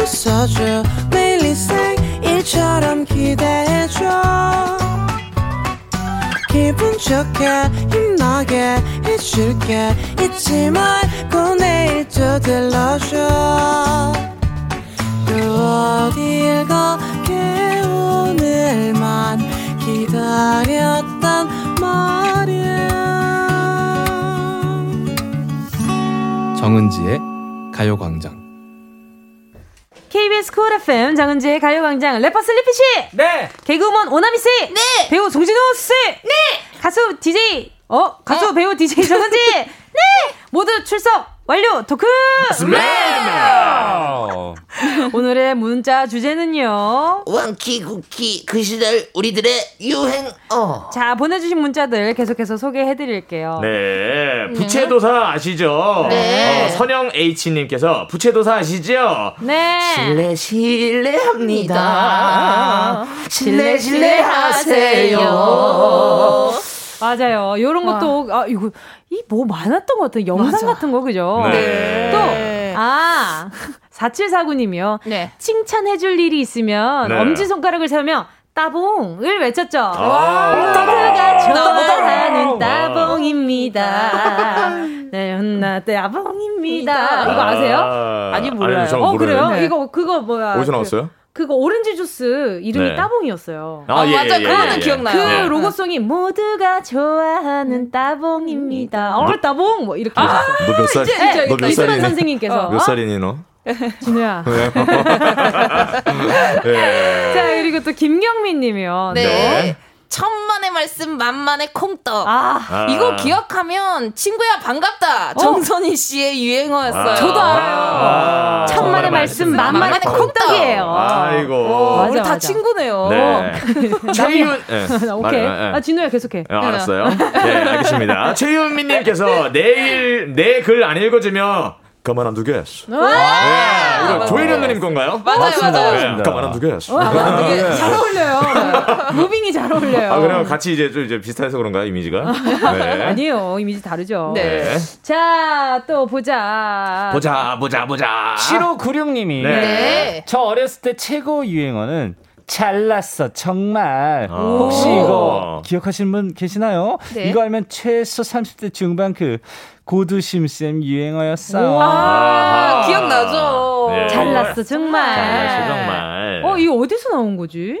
Speaker 18: 웃어줘 매일 인생 일처럼 기대해줘 기분 좋게 힘나게 해줄게 잊지 말고 내일 또 들러줘 또 어딜 가게 오늘만 기다렸단 말이야
Speaker 10: 아.
Speaker 9: 정은지의 가요광장.
Speaker 1: KBS 쿨 FM 장은지의 가요광장 래퍼 슬리피 씨.
Speaker 10: 네.
Speaker 1: 개그우먼 오나미 씨. 네. 배우 송진호 씨. 네. 가수 DJ 어 가수 배우 DJ [LAUGHS] 정은지. 네. 모두 출석 완료 토크. 네. [LAUGHS] 오늘의 문자 주제는요.
Speaker 19: 왕키 국키 그 시절 우리들의 유행어.
Speaker 1: 자 보내주신 문자들 계속해서 소개해드릴게요.
Speaker 11: 네. 부채도사 아시죠?
Speaker 1: 네.
Speaker 11: 어, 선영 H님께서 부채도사 아시죠?
Speaker 1: 네.
Speaker 11: 실례,
Speaker 19: 실례합니다.
Speaker 11: 아.
Speaker 1: 네.
Speaker 19: 실례,
Speaker 11: 실례하세요.
Speaker 1: 맞아요. 요런 것도 아 이거 이 뭐 많았던 것 같아요. 영상 같은 거 그죠?
Speaker 11: 네.
Speaker 1: 또 아. [LAUGHS] 4749님이요. 칭찬해줄 일이 있으면
Speaker 11: 네.
Speaker 1: 엄지손가락을 세우며 따봉을 외쳤죠.
Speaker 11: 아,
Speaker 1: 모두가
Speaker 11: 따봉!
Speaker 1: 좋아하는
Speaker 11: 따봉!
Speaker 1: [LAUGHS] 따봉입니다. 네, 혼나 따봉입니다. 이거 아세요?
Speaker 11: 아,
Speaker 1: 아니, 몰라요.
Speaker 11: 아니요, 저
Speaker 1: 어, 그래요?
Speaker 11: 모르는데.
Speaker 1: 이거, 그거 뭐야.
Speaker 11: 어디서
Speaker 1: 그-
Speaker 11: 나왔어요?
Speaker 1: 그거 오렌지 주스 이름이
Speaker 11: 네.
Speaker 1: 따봉이었어요.
Speaker 11: 아, 아, 예, 맞아. 예, 그거는 예, 예. 기억나요.
Speaker 1: 그
Speaker 11: 네.
Speaker 1: 로고송이 모두가 좋아하는 따봉입니다. 어, 따봉 뭐 이렇게. 아,
Speaker 11: 너 몇 살? 너 몇 살이니?
Speaker 1: 이수만 선생님께서 어?
Speaker 11: 몇 살이니 너?
Speaker 1: [LAUGHS]
Speaker 11: 네.
Speaker 1: 진우야. [LAUGHS]
Speaker 11: 예.
Speaker 1: 자 그리고 또 김경민님이요.
Speaker 8: 네. 천만의 말씀 만만의 콩떡.
Speaker 11: 아.
Speaker 8: 이거 기억하면 친구야 반갑다. 정선희 씨의 유행어였어요.
Speaker 11: 아. 저도 알아요. 아,
Speaker 1: 천만의 말씀 만만의 콩떡이에요.
Speaker 11: 아이고.
Speaker 1: 맞아,
Speaker 8: 어, 우리 다
Speaker 1: 맞아.
Speaker 8: 친구네요.
Speaker 1: [LAUGHS]
Speaker 11: 네.
Speaker 1: 최윤.
Speaker 11: 네.
Speaker 1: [LAUGHS] 오케이.
Speaker 11: 말- 예.
Speaker 1: 아 진우야 계속해.
Speaker 11: 아, 알았어요. 네, 알겠습니다. 최윤미님께서 내일 내 글 안 읽어주면 가만 안 두겠어.
Speaker 1: 와!
Speaker 11: 네,
Speaker 8: 아,
Speaker 11: 이거 조혜련 누님 건가요?
Speaker 1: 아, 맞아요, 맞습니다, 맞아요.
Speaker 11: 네, 가만 안 두겠어. 네.
Speaker 1: 잘 어울려요. 무빙이 잘 어울려요.
Speaker 11: 아, 그래요?
Speaker 1: [LAUGHS]
Speaker 11: 같이 이제 좀 이제 비슷해서 그런가요, 이미지가? 네.
Speaker 1: 아니에요. 이미지 다르죠.
Speaker 11: 네.
Speaker 1: 자, 또 보자.
Speaker 11: 보자, 보자, 보자.
Speaker 10: 7596님이
Speaker 11: 아. 네.
Speaker 1: 네.
Speaker 10: 저 어렸을 때 최고 유행어는 잘났어 정말
Speaker 11: 오.
Speaker 10: 혹시 이거 기억하시는 분 계시나요?
Speaker 11: 네.
Speaker 10: 이거 알면 최소 30대 중반 그 고두심쌤 유행어였어요.
Speaker 1: 와,
Speaker 11: 아하.
Speaker 1: 기억나죠?
Speaker 11: 네.
Speaker 1: 잘났어, 정말.
Speaker 11: 잘났어, 정말.
Speaker 1: 어, 이거 어디서 나온 거지?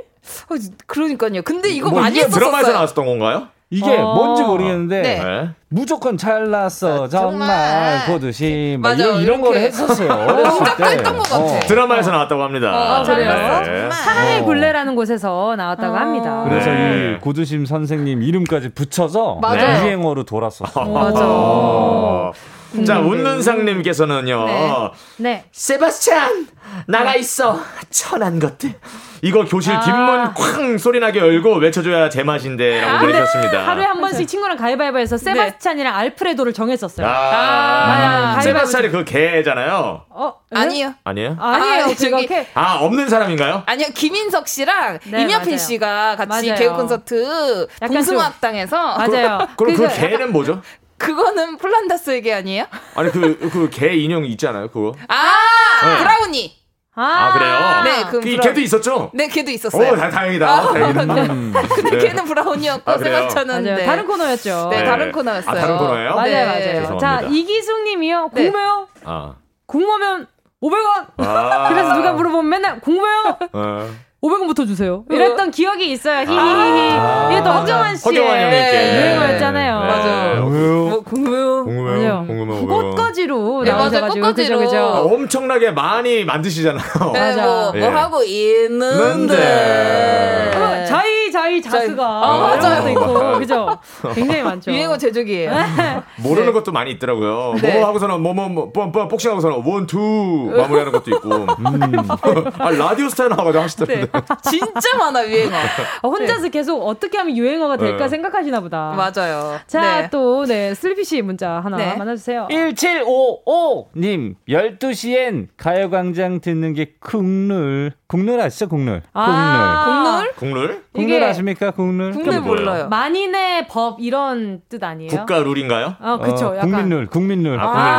Speaker 8: 어, 그러니까요. 근데 이거
Speaker 11: 뭐
Speaker 8: 많이
Speaker 11: 이게 드라마에서
Speaker 8: 했었어요.
Speaker 11: 나왔던 건가요?
Speaker 10: 이게
Speaker 8: 어.
Speaker 10: 뭔지 모르겠는데
Speaker 8: 네.
Speaker 10: 무조건 잘났어 정말 고두심 막
Speaker 11: 맞아요,
Speaker 10: 이런, 이런 걸 [LAUGHS]
Speaker 11: 이렇게. [LAUGHS]
Speaker 10: 했었어요. 어렸을 때. 어.
Speaker 11: 드라마에서 나왔다고 합니다.
Speaker 1: 아, 그래요?
Speaker 11: 네.
Speaker 1: 사랑의 굴레라는 곳에서
Speaker 8: 아.
Speaker 1: 나왔다고 합니다.
Speaker 10: 그래서
Speaker 11: 네.
Speaker 10: 이 고두심 선생님 이름까지 붙여서
Speaker 1: 맞아요.
Speaker 10: 유행어로 돌았었어요.
Speaker 11: 어. 자,
Speaker 10: 음.
Speaker 11: 웃는 상님께서는요.
Speaker 10: 네.
Speaker 1: 네.
Speaker 11: 세바스찬 나가 있어 천한 것들 이거 교실 뒷문 쾅 소리나게 열고 외쳐줘야 제맛인데라고 보내셨습니다.
Speaker 1: 아, 하루에 한 번씩 친구랑 가위바위보해서
Speaker 8: 네.
Speaker 1: 세바스찬이랑 알프레도를 정했었어요.
Speaker 11: 아,
Speaker 1: 아,
Speaker 11: 세바스찬이 그 개잖아요.
Speaker 1: 어,
Speaker 8: 아니요.
Speaker 11: 아니에요? 아,
Speaker 8: 아니에요.
Speaker 1: 아니,
Speaker 8: 그거
Speaker 1: 저기-
Speaker 8: 캐-
Speaker 11: 없는 사람인가요?
Speaker 8: 아니요, 김인석 씨랑
Speaker 1: 네,
Speaker 8: 임여필
Speaker 1: 맞아요.
Speaker 8: 씨가 같이
Speaker 1: 맞아요.
Speaker 8: 개그 콘서트
Speaker 1: 좀-
Speaker 8: 봉숭아학당에서
Speaker 11: 그럼
Speaker 8: [LAUGHS]
Speaker 11: 그
Speaker 8: 그래서 약간-
Speaker 11: 개는 뭐죠?
Speaker 8: 그거는 폴란다스의 개 아니에요?
Speaker 11: 아니 그 그 개 인형 있잖아요, 그거.
Speaker 8: 아,
Speaker 11: 네.
Speaker 8: 브라우니.
Speaker 11: 아, 그래요?
Speaker 8: 네, 그
Speaker 11: 이
Speaker 8: 브라우니.
Speaker 11: 개도 있었죠?
Speaker 8: 네, 걔도 있었어요. 아,
Speaker 11: 오, 다- 다행이다. 다행이다.
Speaker 8: 근데
Speaker 11: 네.
Speaker 8: 걔는 브라운이었고
Speaker 11: 아, 그래요?
Speaker 8: 세바스찬은
Speaker 1: 맞아요.
Speaker 8: 네.
Speaker 1: 다른 코너였죠.
Speaker 8: 네,
Speaker 11: 네.
Speaker 8: 다른 코너였어요.
Speaker 11: 아, 다른 코너예요?
Speaker 1: 맞아요,
Speaker 11: 네.
Speaker 1: 맞아요. 자,
Speaker 11: 죄송합니다.
Speaker 1: 이기숙 님이요.
Speaker 8: 네.
Speaker 1: 공모요?
Speaker 11: 아.
Speaker 1: 공모면 500원!
Speaker 11: 아.
Speaker 1: 그래서 누가 물어보면 맨날 공모요? 500원부터 주세요.
Speaker 8: 어.
Speaker 1: 이랬던 기억이 있어요.
Speaker 11: 아.
Speaker 1: 히히히히. 이게 또 허경환 씨의
Speaker 11: 허경환 형님께.
Speaker 1: 유행어였잖아요.
Speaker 11: 네.
Speaker 1: 뭐, 궁금해요.
Speaker 11: 궁금해요. 궁금해요.
Speaker 1: 꽃가지로
Speaker 8: 네, 맞아요.
Speaker 1: 나오셔가지고 그죠
Speaker 8: 꽃가지로.
Speaker 11: 아,
Speaker 1: 그죠.
Speaker 11: 엄청나게 많이
Speaker 1: [LAUGHS]
Speaker 11: 만드시잖아요.
Speaker 8: 네, 뭐,
Speaker 11: 예.
Speaker 8: 뭐 하고 네. 있는데.
Speaker 11: 있는데.
Speaker 1: 어, 자이 자이 자스가
Speaker 8: 아,
Speaker 1: 이런
Speaker 11: 어,
Speaker 1: 것도
Speaker 11: 맞아요.
Speaker 1: 있고 그죠. 굉장히 많죠.
Speaker 8: 유행어 제조기예요.
Speaker 11: 모르는 것도 많이 있더라고요.
Speaker 8: 네.
Speaker 11: 어, 뭐뭐 하고서는 뭐뭐 뻔뻔 복싱하고서는 원투 마무리하는 것도 있고.
Speaker 8: [LAUGHS]
Speaker 11: 아 라디오 스타일 나와가지고 하시던데.
Speaker 8: [LAUGHS] 네, 진짜 많아
Speaker 11: [LAUGHS]
Speaker 1: [LAUGHS]
Speaker 8: 유행어. 네.
Speaker 1: 어, 혼자서 계속 어떻게 하면 유행어가 될까
Speaker 11: 네.
Speaker 1: 생각하시나 보다.
Speaker 8: 맞아요.
Speaker 1: 자,
Speaker 8: 네.
Speaker 1: 또, 네, 슬피 씨 문자 하나
Speaker 8: 네.
Speaker 1: 만나주세요.
Speaker 10: 1755! 님, 12시엔 가요광장 듣는 게 국룰. 국룰 아시죠? 국룰.
Speaker 1: 아,
Speaker 10: 국룰.
Speaker 11: 국룰?
Speaker 10: 국룰
Speaker 1: 이게-
Speaker 10: 아십니까? 국룰.
Speaker 1: 국룰 만인의 법 이런 뜻 아니에요?
Speaker 11: 국가 룰인가요?
Speaker 1: 어, 그쵸. 약간.
Speaker 10: 국민룰, 국민룰.
Speaker 11: 아, 국룰 룰.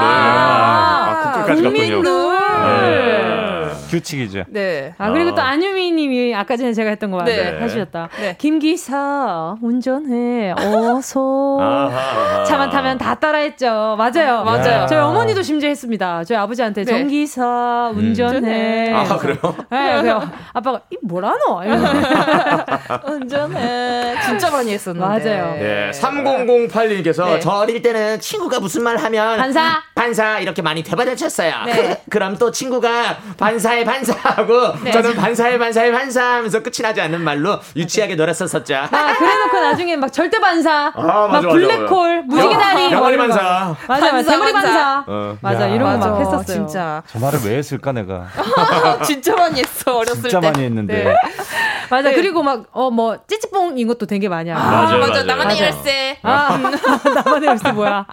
Speaker 11: 아, 국가까지 갔군요.
Speaker 10: 네. 규칙이죠.
Speaker 8: 네.
Speaker 1: 아, 그리고
Speaker 10: 어.
Speaker 1: 또 안유미 님이 아까 전에 제가 했던 거
Speaker 10: 네.
Speaker 1: 하셨다. 김기사, 운전해, 어서.
Speaker 10: 아하.
Speaker 1: 차만 타면 다 따라했죠. 맞아요.
Speaker 8: 네. 맞아요.
Speaker 1: 저희 어머니도 심지했습니다. 저희 아버지한테
Speaker 8: 네.
Speaker 1: 전기사,
Speaker 6: 음.
Speaker 1: 운전해.
Speaker 11: 아 그래요?
Speaker 1: 네, 그래요. 아빠가, 이 뭐라노? 이러면서.
Speaker 8: [LAUGHS] 운전해. 진짜 많이 했었는데.
Speaker 1: 맞아요.
Speaker 11: 네. 3008님께서
Speaker 19: 네.
Speaker 11: 저 어릴 때는 친구가 무슨 말 하면
Speaker 1: 반사.
Speaker 19: 반사 이렇게 많이 되받아쳤어요.
Speaker 11: 네. [LAUGHS] 그럼 또 친구가 반사의 반사하고
Speaker 19: 네.
Speaker 11: 저는 반사의 반사의 반사하면서 끝이 나지 않는 말로 유치하게 놀았었었죠.
Speaker 1: 아, 그래놓고 나중에 막 절대 반사,
Speaker 11: 아, 맞아,
Speaker 1: 막
Speaker 11: 맞아,
Speaker 1: 블랙홀,
Speaker 11: 맞아.
Speaker 1: 무지개 다리,
Speaker 11: 야,
Speaker 1: 뭐 이런
Speaker 11: 대머리
Speaker 1: 거.
Speaker 11: 어. 반사.
Speaker 1: 맞아, 맞아,
Speaker 8: 반사,
Speaker 1: 대머리
Speaker 8: 반사.
Speaker 1: 반사. 맞아, 이런 거 막
Speaker 8: 맞아,
Speaker 1: 했었어요.
Speaker 8: 진짜.
Speaker 10: 저 말을 왜 했을까,
Speaker 1: [LAUGHS]
Speaker 10: 내가.
Speaker 8: [LAUGHS] 진짜 많이 했어 어렸을
Speaker 10: 진짜
Speaker 8: 때.
Speaker 10: 많이 했는데.
Speaker 8: 네.
Speaker 1: 맞아, 그리고 막, 어, 뭐, 찌찌뽕 인 것도 되게 많이 하고.
Speaker 8: 아, 맞아, 맞아.
Speaker 11: 맞아요.
Speaker 8: 나만의
Speaker 11: 맞아요.
Speaker 8: 열쇠.
Speaker 1: 아, [LAUGHS] 나만의 열쇠 뭐야?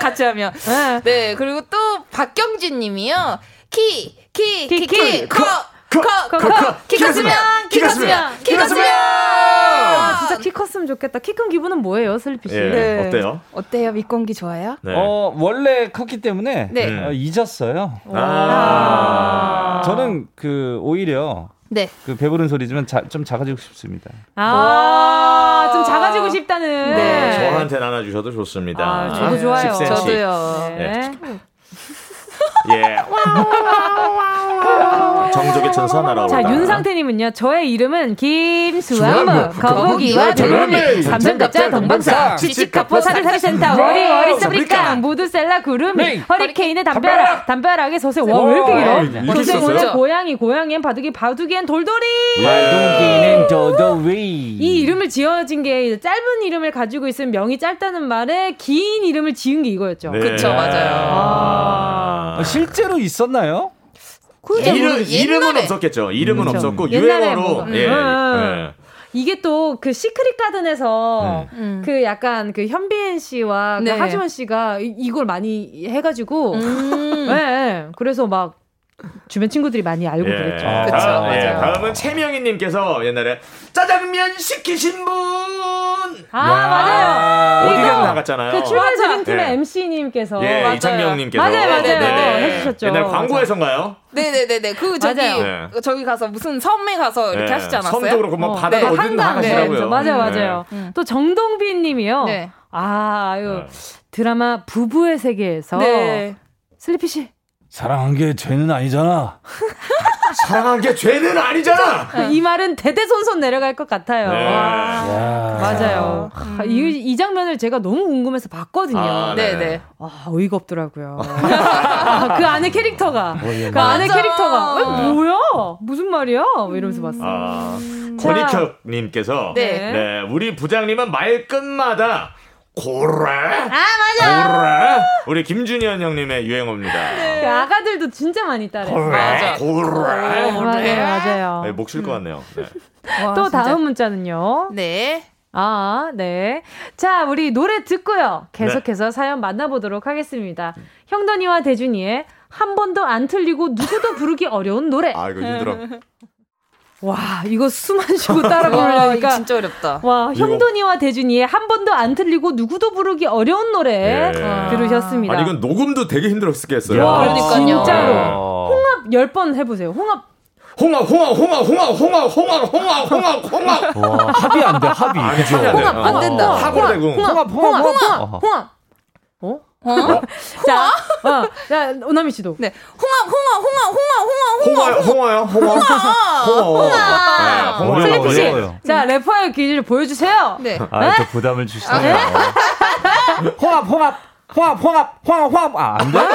Speaker 8: 같이 하면. [LAUGHS] 네, 그리고 또 박경진 님이요. 키, 키,
Speaker 1: 키,
Speaker 8: 키, 키,
Speaker 1: 키,
Speaker 8: 커, 커, 커, 커, 키 컸으면, 키 컸으면, 키 컸으면!
Speaker 1: 아, 진짜 키 컸으면 좋겠다. 키 큰 기분은 뭐예요, 슬피 씨?
Speaker 10: 예, 네. 어때요?
Speaker 8: 어때요? 밑공기 좋아요?
Speaker 11: 네.
Speaker 10: 어, 원래 컸기 때문에
Speaker 8: 네.
Speaker 10: 어, 잊었어요.
Speaker 11: 아.
Speaker 10: 저는 그 오히려
Speaker 8: 네.
Speaker 10: 그 배부른 소리지만 자- 좀 작아지고 싶습니다.
Speaker 1: 아, 좀 작아지고 싶다는.
Speaker 8: 네.
Speaker 11: 저한테 나눠주셔도 좋습니다.
Speaker 1: 아, 저도 좋아요.
Speaker 11: 10cm.
Speaker 8: 저도요.
Speaker 11: 네. 예. [LAUGHS] 정적의 천사 날아오르다.
Speaker 1: 자, 윤상태님은요, 저의 이름은 김수아무,
Speaker 11: 수아무,
Speaker 1: 뭐, 거북이와
Speaker 11: 거북이와
Speaker 1: 조루미,
Speaker 11: 조루미,
Speaker 1: 뭐, 삼성갑자
Speaker 11: 삼성갑자
Speaker 1: 동방사,
Speaker 11: 동방사,
Speaker 1: 지치카포 어, 사리사리센터,
Speaker 11: 와우,
Speaker 1: 워리 워리 사브리깡,
Speaker 11: 사브리깡,
Speaker 1: 무드셀라 구름이,
Speaker 11: 네.
Speaker 1: 허리케인의 담벼락, 담벼락의 소세, 와, 왜 이렇게
Speaker 10: 와,
Speaker 1: 길어?
Speaker 10: 이렇게
Speaker 1: 소세모는
Speaker 10: 있었어요?
Speaker 1: 고양이, 고양이엔 바둑이, 바둑이엔 돌돌이!
Speaker 11: 예.
Speaker 10: 말동기는 도도위.
Speaker 1: 이 이름을 지어진 게 이제 짧은 이름을 가지고 있으면 명이 짧다는 말에 긴 이름을 지은 게 이거였죠.
Speaker 10: 네. 그쵸, 맞아요.
Speaker 11: 네. 아.
Speaker 10: 실제로 있었나요? 뭐
Speaker 11: 이름, 이름은 없었겠죠. 이름은
Speaker 10: 그쵸.
Speaker 11: 없었고
Speaker 1: 음, 옛날에
Speaker 11: 유행어로
Speaker 1: 뭐가-
Speaker 11: 예.
Speaker 1: 음.
Speaker 11: 예.
Speaker 1: 이게 또 그 시크릿 가든에서
Speaker 11: 네.
Speaker 1: 그 약간 그 현빈 씨와
Speaker 8: 네.
Speaker 1: 그 하지원 씨가 이- 이걸 많이 해가지고 [LAUGHS] 예, 예. 그래서 막 주변 친구들이 많이 알고
Speaker 11: 예.
Speaker 1: 그렇죠. 그랬죠.
Speaker 11: 다음, 예, 다음은 최명희님께서 옛날에
Speaker 7: 짜장면 시키신 분.
Speaker 1: 아, 맞아요.
Speaker 11: 어디가
Speaker 1: 이거
Speaker 11: 나갔잖아요.
Speaker 1: 그 출발
Speaker 11: 맞아.
Speaker 1: 드림팀의
Speaker 11: 예.
Speaker 1: MC님께서
Speaker 11: 예, 이창명님께서
Speaker 1: 어, 맞아요, 맞아요,
Speaker 11: 네.
Speaker 1: 맞아요. 해주셨죠.
Speaker 11: 옛날 광고에서인가요?
Speaker 8: 네네네네. 그 저기
Speaker 11: 맞아요. 네.
Speaker 8: 저기 가서 무슨 섬에 가서 이렇게
Speaker 11: 네.
Speaker 8: 하시지 않았어요?
Speaker 11: 섬도 그렇고 막 바다도
Speaker 8: 네.
Speaker 11: 어디든 다
Speaker 8: 한강, 네.
Speaker 11: 가시더라고요.
Speaker 1: 그렇죠. 맞아요, 맞아요. 또 정동빈 님이요.
Speaker 8: 네.
Speaker 1: 아, 요
Speaker 11: 네.
Speaker 1: 드라마 부부의 세계에서
Speaker 8: 네.
Speaker 1: 슬리피 씨.
Speaker 10: 사랑한 게 죄는 아니잖아.
Speaker 11: [LAUGHS] 사랑한 게 죄는 아니잖아.
Speaker 1: 이 말은 대대손손 내려갈 것 같아요.
Speaker 11: 네.
Speaker 1: 와, 맞아요. 하, 이, 이 장면을 제가 너무 궁금해서 봤거든요.
Speaker 8: 아, 네네. 네네.
Speaker 1: 아, 어이가 없더라고요. 아, 그 안에 캐릭터가.
Speaker 11: 어이없네.
Speaker 1: 그 안에
Speaker 8: 맞아.
Speaker 1: 캐릭터가.
Speaker 11: 네.
Speaker 1: 에, 뭐야? 무슨 말이야? 뭐 이러면서 봤어요.
Speaker 11: 아,
Speaker 1: 자.
Speaker 11: 권익혁님께서
Speaker 1: 음. 네.
Speaker 11: 네. 우리 부장님은 말끝마다 고래?
Speaker 1: 아 맞아.
Speaker 11: 고래? 우리 김준현 형님의 유행어입니다.
Speaker 1: 그 아가들도 진짜 많이 따라해.
Speaker 11: 고래? 고래?
Speaker 1: 어, 맞아요,
Speaker 11: 네,
Speaker 1: 맞아요.
Speaker 11: 목쉴 것 같네요. 네.
Speaker 1: 또 다음 문자는요. 네. 아, 네. 자, 우리 노래 듣고요. 계속해서
Speaker 11: 네.
Speaker 1: 사연 만나보도록 하겠습니다. 형돈이와 대준이의 한 번도 안 틀리고 누구도 부르기 어려운 노래.
Speaker 11: 아, 이거 힘들어.
Speaker 1: 와, 이거 숨안 [LAUGHS] 쉬고 따라
Speaker 11: [LAUGHS]
Speaker 8: 와, 이거
Speaker 1: 부르니까
Speaker 8: 진짜 어렵다.
Speaker 1: 와, 형돈이와 대준이의 한 번도 안 틀리고 누구도 부르기 네? 어려운 노래
Speaker 11: 예.
Speaker 1: 들으셨습니다.
Speaker 11: 아니 이건 녹음도 되게 힘들었겠어요.
Speaker 1: 와, 진짜로.
Speaker 11: 네.
Speaker 1: 홍합 10번 해보세요. 홍합.
Speaker 11: 홍합, 어, 홍합, 홍합, 홍합, 홍합, 홍합, 홍합, 홍합, 홍합.
Speaker 10: 와, 어, 합이 안 어, 돼, 합이.
Speaker 11: 아니,
Speaker 10: 그죠?
Speaker 11: 합이 안 돼요. 안 된다.
Speaker 1: 어,
Speaker 11: 합으로 되고.
Speaker 1: 홍합, 홍합, 홍합, 홍합. 어?
Speaker 8: [LAUGHS]
Speaker 1: 홍합? 자, 어, 자, 오나미 씨도. 네.
Speaker 8: 홍합, 홍합,
Speaker 1: 어,
Speaker 8: 홍합, 홍합,
Speaker 11: 홍합, 홍합, 홍합요 홍합, 홍합.
Speaker 1: 홍합.
Speaker 11: 네, 홍합.
Speaker 1: 슬리피 씨,
Speaker 10: 어려워요.
Speaker 1: 자, 래퍼의 기질을 보여주세요. 네.
Speaker 10: 아, 또 부담을 주시네요. [LAUGHS] 홍합, 홍합, 홍합, 홍합, 홍합, 홍합. 아, 안 돼요.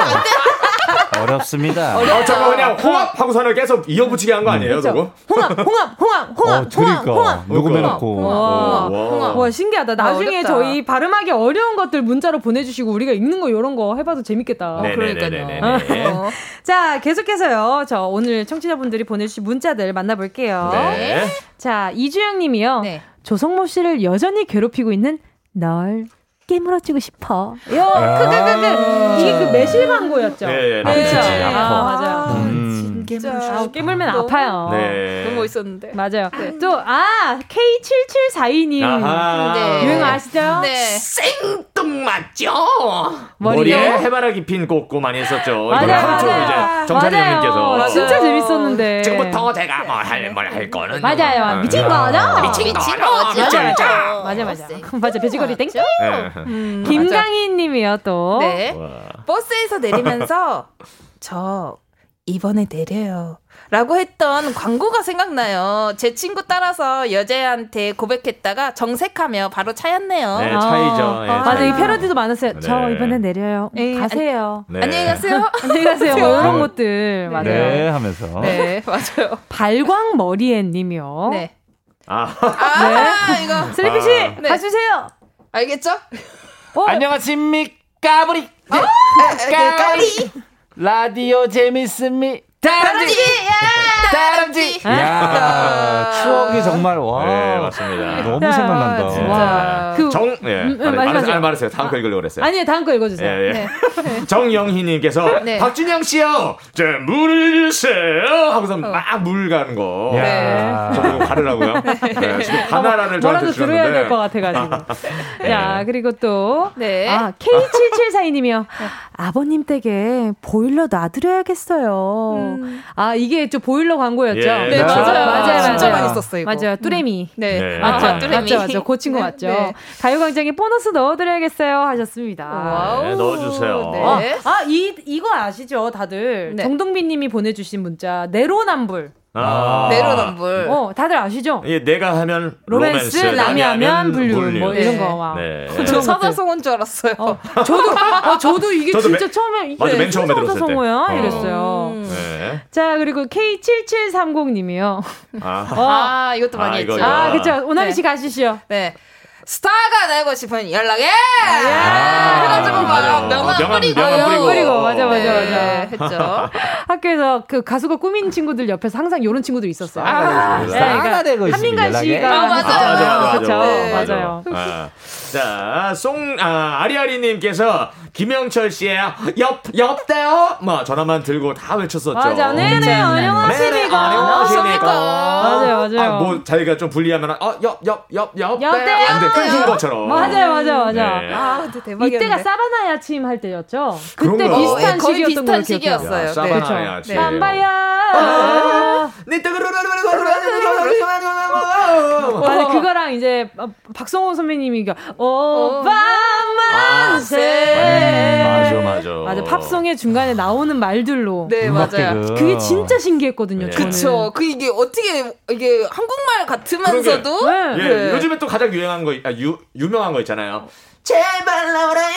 Speaker 10: 어렵습니다.
Speaker 11: 어, 잠깐 그냥 홍합 하고 사는 계속 이어붙이게 한 거
Speaker 1: 음,
Speaker 11: 아니에요,
Speaker 1: 그렇죠.
Speaker 11: 저거?
Speaker 1: 홍합, 홍합, 홍합, 홍합,
Speaker 10: 어, 그러니까.
Speaker 1: 홍합,
Speaker 10: 녹음해놓고.
Speaker 1: 홍합,
Speaker 10: 와,
Speaker 11: 어.
Speaker 1: 홍합.
Speaker 10: 와.
Speaker 1: 와, 신기하다. 나중에
Speaker 8: 어렵다.
Speaker 1: 저희 발음하기 어려운 것들 문자로 보내주시고 우리가 읽는 거 이런 거 해봐도 재밌겠다.
Speaker 11: 네,
Speaker 8: 네네네네네.
Speaker 1: 어. [LAUGHS] 자, 계속해서요. 저 오늘 청취자분들이 보내주신 문자들 만나볼게요.
Speaker 8: 네.
Speaker 1: 자, 이주영 님이요. [LAUGHS] 조성모 씨를 여전히 괴롭히고 있는 널 깨물어주고 싶어. 요,
Speaker 8: 아.
Speaker 1: 그, 그, 그, 그. 이게 그 매실 광고였죠.
Speaker 11: 네, 네,
Speaker 1: 그쵸?
Speaker 11: 아프지, 아파.
Speaker 1: 맞아요.
Speaker 11: 음.
Speaker 1: 아, 깨물면 아파요.
Speaker 11: 네. 너무
Speaker 1: 멋있었는데. 맞아요. 또, 아, K7742님.
Speaker 11: 아하. 네.
Speaker 1: 유행 아시죠?
Speaker 8: 네.
Speaker 11: 생뚱 맞죠?
Speaker 1: 머리요?
Speaker 11: 머리에 해바라기 핀 꽂고 많이 했었죠.
Speaker 1: 맞아요,
Speaker 11: 어, 이번에 한쪽
Speaker 1: 맞아요.
Speaker 11: 이제 정찬이
Speaker 1: 맞아요. 어,
Speaker 11: 형님께서
Speaker 1: 진짜 재밌었는데.
Speaker 11: 지금부터 제가 뭐 뭘할뭘할 거는
Speaker 1: 맞아요.
Speaker 11: 뭐,
Speaker 1: 미친
Speaker 11: 어,
Speaker 1: 거죠?
Speaker 11: 미친 거죠.
Speaker 1: 맞아,
Speaker 11: 미친 거.
Speaker 1: 맞아. 맞아, 맞아. 맞아, 배지거리 땡땡.
Speaker 11: 네.
Speaker 1: 음, 김강희 님이요, 또.
Speaker 8: 네. 버스에서
Speaker 11: [LAUGHS]
Speaker 8: 내리면서 저 이번에 내려요. 라고 했던 광고가 생각나요. 제 친구 따라서 여자애한테 고백했다가 정색하며 바로 차였네요.
Speaker 11: 네, 차이죠. 예,
Speaker 1: 어. 맞아,
Speaker 11: 차이.
Speaker 1: 이 패러디도 많았어요. 저
Speaker 11: 네.
Speaker 1: 이번에 내려요. 음, 가세요.
Speaker 11: 네.
Speaker 8: 안녕히 가세요.
Speaker 1: [LAUGHS] 안녕히 가세요. 뭐 이런 것들. 맞아요.
Speaker 10: 네, 하면서.
Speaker 8: 네, 맞아요.
Speaker 1: 발광 머리에 님이요.
Speaker 8: 네.
Speaker 11: 아.
Speaker 8: [LAUGHS] 아, 이거.
Speaker 1: 슬리피 씨, 가주세요.
Speaker 8: 알겠죠?
Speaker 13: 어?
Speaker 10: 안녕하십니까, 우리.
Speaker 13: 네,
Speaker 8: 까리.
Speaker 10: 라디오 재밌습니다.
Speaker 8: 다람쥐! 다람쥐!
Speaker 10: 야
Speaker 13: 아.
Speaker 10: 추억이 정말 와.
Speaker 11: 네, 맞습니다.
Speaker 10: 너무 생각난다.
Speaker 1: 진짜. 그-
Speaker 11: 정, 예.
Speaker 1: 음, 음,
Speaker 11: 아니, 말하,
Speaker 1: 마지막이요.
Speaker 11: 아니, 말하세요. 다음 거 읽으려고 그랬어요.
Speaker 1: 아니에요, 다음 거 읽어주세요.
Speaker 11: 예, 예. 정영희님께서
Speaker 1: [LAUGHS] 네.
Speaker 11: 어, 박준영 씨요, 제 물을 주세요 하고서 막 물 가는 거.
Speaker 1: 어. 네.
Speaker 11: 저도
Speaker 1: [LAUGHS]
Speaker 11: 가르라고요. 네. 지금 바나나를 저한테
Speaker 1: 아, 뭐라도
Speaker 11: 주셨는데. 네.
Speaker 1: 들어야 될 것 같아가지고.
Speaker 11: [LAUGHS]
Speaker 1: 자, 그리고 또.
Speaker 8: 네.
Speaker 1: 아, K7742님이요. 아버님 댁에 보일러 놔드려야겠어요. 아, 이게 좀 보일러 광고였죠?
Speaker 8: 예, 네, 그렇죠. 음. 맞아요.
Speaker 1: 맞아요.
Speaker 8: 진짜
Speaker 1: 맞아요.
Speaker 8: 많이 썼어요, 이거.
Speaker 1: 맞아요. 뚜레미.
Speaker 8: 네.
Speaker 1: 아,
Speaker 8: 맞죠,
Speaker 1: 맞죠,
Speaker 8: 뚜레미.
Speaker 1: 맞죠, 맞죠. 고친 거
Speaker 8: 네,
Speaker 1: 맞죠.
Speaker 8: 네.
Speaker 1: 가요광장에 보너스 넣어드려야겠어요. 하셨습니다.
Speaker 11: 네, 넣어주세요.
Speaker 1: 아, 아, 이, 이거 아시죠, 다들?
Speaker 8: 네.
Speaker 1: 정동빈 님이 보내주신 문자, 내로남불.
Speaker 11: 아.
Speaker 1: 어, 다들 아시죠?
Speaker 11: 이게 내가 하면 로맨스,
Speaker 1: 로맨스, 남이 하면
Speaker 11: 불륜,
Speaker 1: 불륜, 뭐 이런 거, 와. 그
Speaker 11: 네.
Speaker 8: 저 사자성어인 줄 알았어요.
Speaker 1: 저도, 아, 저도 이게
Speaker 11: 저도
Speaker 1: 진짜
Speaker 11: 맨-
Speaker 1: 처음에 이게
Speaker 11: 맞아, 맨 처음에
Speaker 1: 무슨
Speaker 11: 들었을 때.
Speaker 1: 성어야?
Speaker 11: 어.
Speaker 1: 이랬어요.
Speaker 11: 네.
Speaker 1: 자, 그리고 K7730 님이요. 어.
Speaker 11: 아.
Speaker 8: 아, 이것도 많이
Speaker 11: 아,
Speaker 8: 했죠.
Speaker 11: 이거요.
Speaker 1: 아, 그쵸. 오나미 씨 가시시오.
Speaker 8: 네. 스타가 되고 싶은 연락해!
Speaker 1: 아.
Speaker 8: 해가지고 막
Speaker 1: 맞아요.
Speaker 11: 어,
Speaker 8: 명함,
Speaker 1: 명함,
Speaker 8: 뿌리고.
Speaker 1: 명함 뿌리고. 맞아, 맞아, 맞아.
Speaker 8: 했죠.
Speaker 1: [LAUGHS] 학교에서 그 가수가 꾸민 친구들 옆에서 항상 이런 친구들 있었어요.
Speaker 11: 아,
Speaker 1: 네,
Speaker 11: 스타가
Speaker 1: 그러니까
Speaker 11: 되고 있으면
Speaker 1: 한민간
Speaker 11: 연락해.
Speaker 1: 씨가
Speaker 11: 아, 맞아요. 아, 맞아, 맞아,
Speaker 1: 그쵸?
Speaker 11: 맞아.
Speaker 1: 맞아요.
Speaker 11: 아, 자, 송, 아, 아리아리님께서 김영철 씨의 옆, 옆대요! 뭐, 전화만 들고 다 외쳤었죠. 음.
Speaker 1: 맞아. 네네,
Speaker 11: 네네,
Speaker 1: 안녕하십니까.
Speaker 11: 안녕하십니까.
Speaker 1: 맞아요, 맞아요.
Speaker 11: 아, 뭐, 자기가 좀 불리하면, 어, 옆, 옆, 옆, 옆대요! 안 돼, 끊긴 것처럼.
Speaker 1: 맞아요, 맞아요, 맞아요.
Speaker 11: 네.
Speaker 8: 근데
Speaker 1: 이때가 사바나야 침 할 때였죠.
Speaker 11: 그런
Speaker 1: 그때
Speaker 11: 거요?
Speaker 1: 비슷한
Speaker 11: 네, 거의
Speaker 1: 시기였던
Speaker 11: 비슷한
Speaker 1: 걸로 기억해요. 그렇죠.
Speaker 11: 시기였어요. 야, 사바나야
Speaker 1: 그쵸.
Speaker 11: 침.
Speaker 1: 삼바야.
Speaker 11: 네,
Speaker 1: 아니 그거랑 이제 어, 박성호 선배님이 이거 어, 오빠만 세.
Speaker 11: 아, 네, 맞아, 맞아.
Speaker 1: 맞아 팝송의 중간에 나오는 말들로
Speaker 8: 네, 맞아요. 음악들은.
Speaker 1: 그게 진짜 신기했거든요
Speaker 11: 네.
Speaker 1: 저는
Speaker 8: 그쵸. 그 이게 어떻게, 이게 한국말 같으면서도. 네.
Speaker 11: 그런 게, 예, 요즘에 또 가장 유행한 거, 아, 유, 유명한 거 있잖아요.
Speaker 1: 제발 나오라요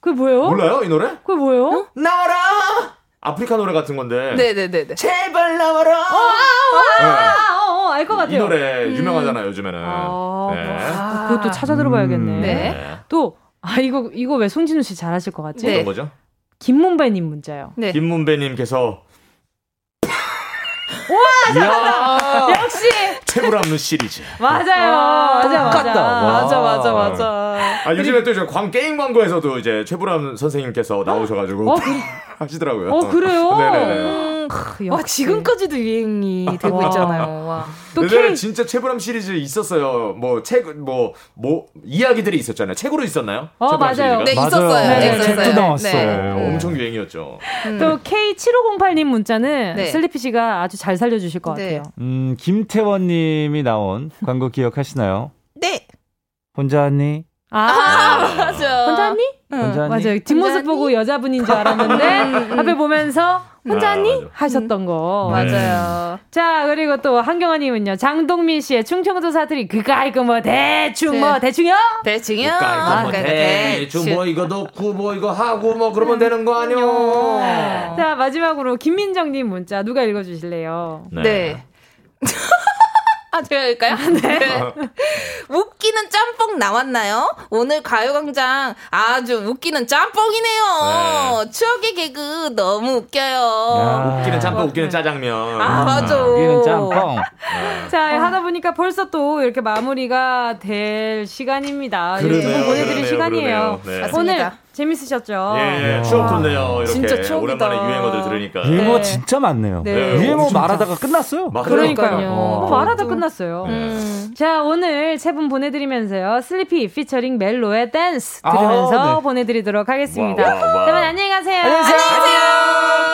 Speaker 1: 그게 뭐예요?
Speaker 11: 몰라요, 이 노래?
Speaker 1: 그게 뭐예요?
Speaker 11: 나와라 아프리카 노래 같은 건데.
Speaker 8: 네네네네.
Speaker 20: 제발 나와라.
Speaker 1: 어,
Speaker 11: 아,
Speaker 13: 알 것 같아요.
Speaker 11: 이 노래
Speaker 8: 음.
Speaker 11: 유명하잖아요 요즘에는.
Speaker 8: 뭐,
Speaker 11: 네.
Speaker 13: 아, 그것도 찾아
Speaker 8: 음.
Speaker 13: 들어봐야겠네.
Speaker 11: 네.
Speaker 13: 또, 아, 이거, 이거 왜 송진우 씨 잘하실 것 같지?
Speaker 8: 네.
Speaker 11: 어떤 거죠?
Speaker 13: 김문배님 문자요.
Speaker 11: 김문배님께서
Speaker 13: 우와,
Speaker 11: 잘한다. 이야.
Speaker 13: 역시!
Speaker 11: 채굴암루 시리즈.
Speaker 13: 맞아요. 맞아, 맞아.
Speaker 11: 와.
Speaker 8: 맞아, 맞아, 맞아.
Speaker 11: 아 요즘에 또 이제 광 게임 광고에서도 이제 최불암 선생님께서 나오셔가지고
Speaker 8: 어, 그래.
Speaker 11: [LAUGHS] 하시더라고요.
Speaker 8: 어,
Speaker 11: [LAUGHS]
Speaker 8: 그래요? 음,
Speaker 11: 네네네.
Speaker 13: 음,
Speaker 8: 와, 아, 지금까지도 유행이 되고
Speaker 11: 와.
Speaker 8: 있잖아요. 와.
Speaker 11: 예전에 진짜 최불암 시리즈 있었어요. 뭐 책, 뭐, 뭐, 이야기들이 있었잖아요. 책으로 있었나요?
Speaker 13: 어,
Speaker 11: 최불암
Speaker 13: 맞아요.
Speaker 11: 시리즈가?
Speaker 13: 네, 있었어요. 맞아요. 네, 있었어요. 책도 나왔어요. 네.
Speaker 11: 엄청 유행이었죠.
Speaker 13: 또 K7508님 문자는
Speaker 8: 음. 네.
Speaker 13: 슬리피 씨가 아주 잘 살려주실 것 같아요.
Speaker 10: 음, 김태원 님이 나온 광고 기억하시나요?
Speaker 8: 네.
Speaker 10: 혼자 왔니?
Speaker 13: 아,
Speaker 8: 맞아.
Speaker 13: 혼자니?
Speaker 8: 어.
Speaker 10: 혼자니?
Speaker 13: 맞아요. 뒷모습 보고 여자분인 줄
Speaker 8: 음,
Speaker 13: 알았는데 앞에 보면서 혼자니
Speaker 10: 아, 맞아.
Speaker 13: 하셨던 거.
Speaker 10: 네.
Speaker 8: 맞아요.
Speaker 13: 자 그리고 또 한경아님은요 장동민 씨의 충청도 사투리 그가 이거 뭐 대충 뭐
Speaker 8: 네.
Speaker 13: 대충요?
Speaker 8: 대충이요. 아,
Speaker 12: 그러니까 이거 뭐 대충 뭐 이거 넣고 뭐 이거 하고 뭐 그러면 되는 거 아니요.
Speaker 13: 자 마지막으로 김민정님 문자 누가 읽어주실래요?
Speaker 8: 네. 아,
Speaker 13: [LAUGHS]
Speaker 8: 제가 할까요? 네. 웃기는 짬뽕 나왔나요? 오늘 가요광장 아주 웃기는 짬뽕이네요. 추억의 개그 너무
Speaker 13: 어.
Speaker 8: 웃겨요.
Speaker 11: 웃기는 짬뽕, 웃기는 짜장면.
Speaker 8: 아, 맞아.
Speaker 10: 여기는 짬뽕.
Speaker 13: 자
Speaker 8: 어.
Speaker 13: 하다 보니까 벌써 또 이렇게 마무리가 될 시간입니다.
Speaker 11: 그러네요,
Speaker 13: 두분 보내드릴
Speaker 11: 그러네요,
Speaker 13: 시간이에요.
Speaker 11: 그러네요. 네.
Speaker 13: 오늘
Speaker 11: 맞습니다.
Speaker 13: 재밌으셨죠?
Speaker 11: 예,
Speaker 10: 아.
Speaker 11: 추억 돋네요. 이렇게
Speaker 13: 진짜 추억이다.
Speaker 11: 오랜만에 유행어들 들으니까.
Speaker 10: 유행어 진짜 많네요.
Speaker 13: 네.
Speaker 10: 유행어
Speaker 13: 진짜.
Speaker 10: 말하다가 끝났어요.
Speaker 13: 그러니까요. 네. 뭐 말하다
Speaker 10: 어.
Speaker 13: 끝났어요. 음. 자, 오늘 세 분 보내드리면서요. 슬리피 피처링 멜로의 댄스 들으면서
Speaker 10: 아, 네.
Speaker 13: 보내드리도록 하겠습니다.
Speaker 10: 와, 와, 와.
Speaker 13: 여러분, 안녕히 가세요.
Speaker 10: 안녕히 계세요.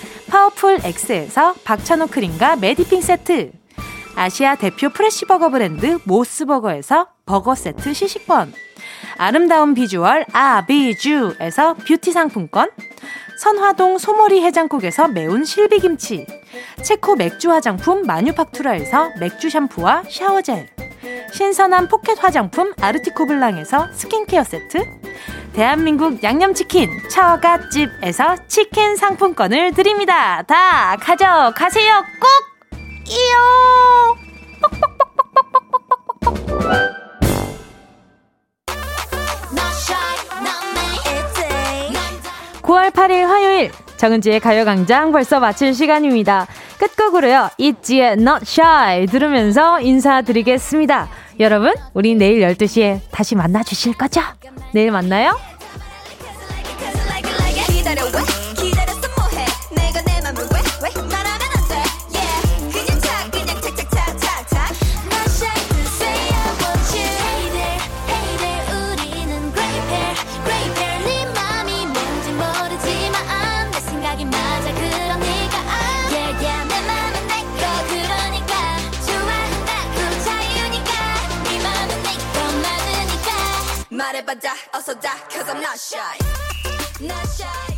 Speaker 1: 파워풀 X에서 박찬호 크림과 메디핑 세트. 아시아 대표 프레시버거 브랜드 모스버거에서 버거 세트 시식권. 아름다운 비주얼 아비주에서 뷰티 상품권. 선화동 소머리 해장국에서 매운 실비김치. 체코 맥주 화장품 마뉴팍투라에서 맥주 샴푸와 샤워젤. 신선한 포켓 화장품 아르티코블랑에서 스킨케어 세트. 대한민국 양념치킨 처갓집에서 치킨 상품권을 드립니다. 다 가져가세요. 꼭! 이요!
Speaker 6: Not shy, not me.
Speaker 13: 9월 8일 화요일 정은지의 가요광장 벌써 마칠 시간입니다. 끝곡으로요. 있지의 Not Shy 들으면서 인사드리겠습니다. 여러분 우리 내일 12시에 다시 만나주실 거죠? 내일 만나요.
Speaker 6: 기다려 왜 기다렸어 뭐해 내가 내 맘을 왜왜 말하면 안돼 yeah 그냥 차 그냥 착착착착착 Not shy to say I want you Hey there hey there 우리는 great pair great pair 네 맘이 뭔지 모르지만 아, 내 생각이 맞아 그럼 네가 알아 yeah yeah 내 맘은 내거 그러니까 좋아한다고 그 자유니까 네 맘은 내거 많으니까 말해봐 다 어서 다 cause I'm not shy Not shy.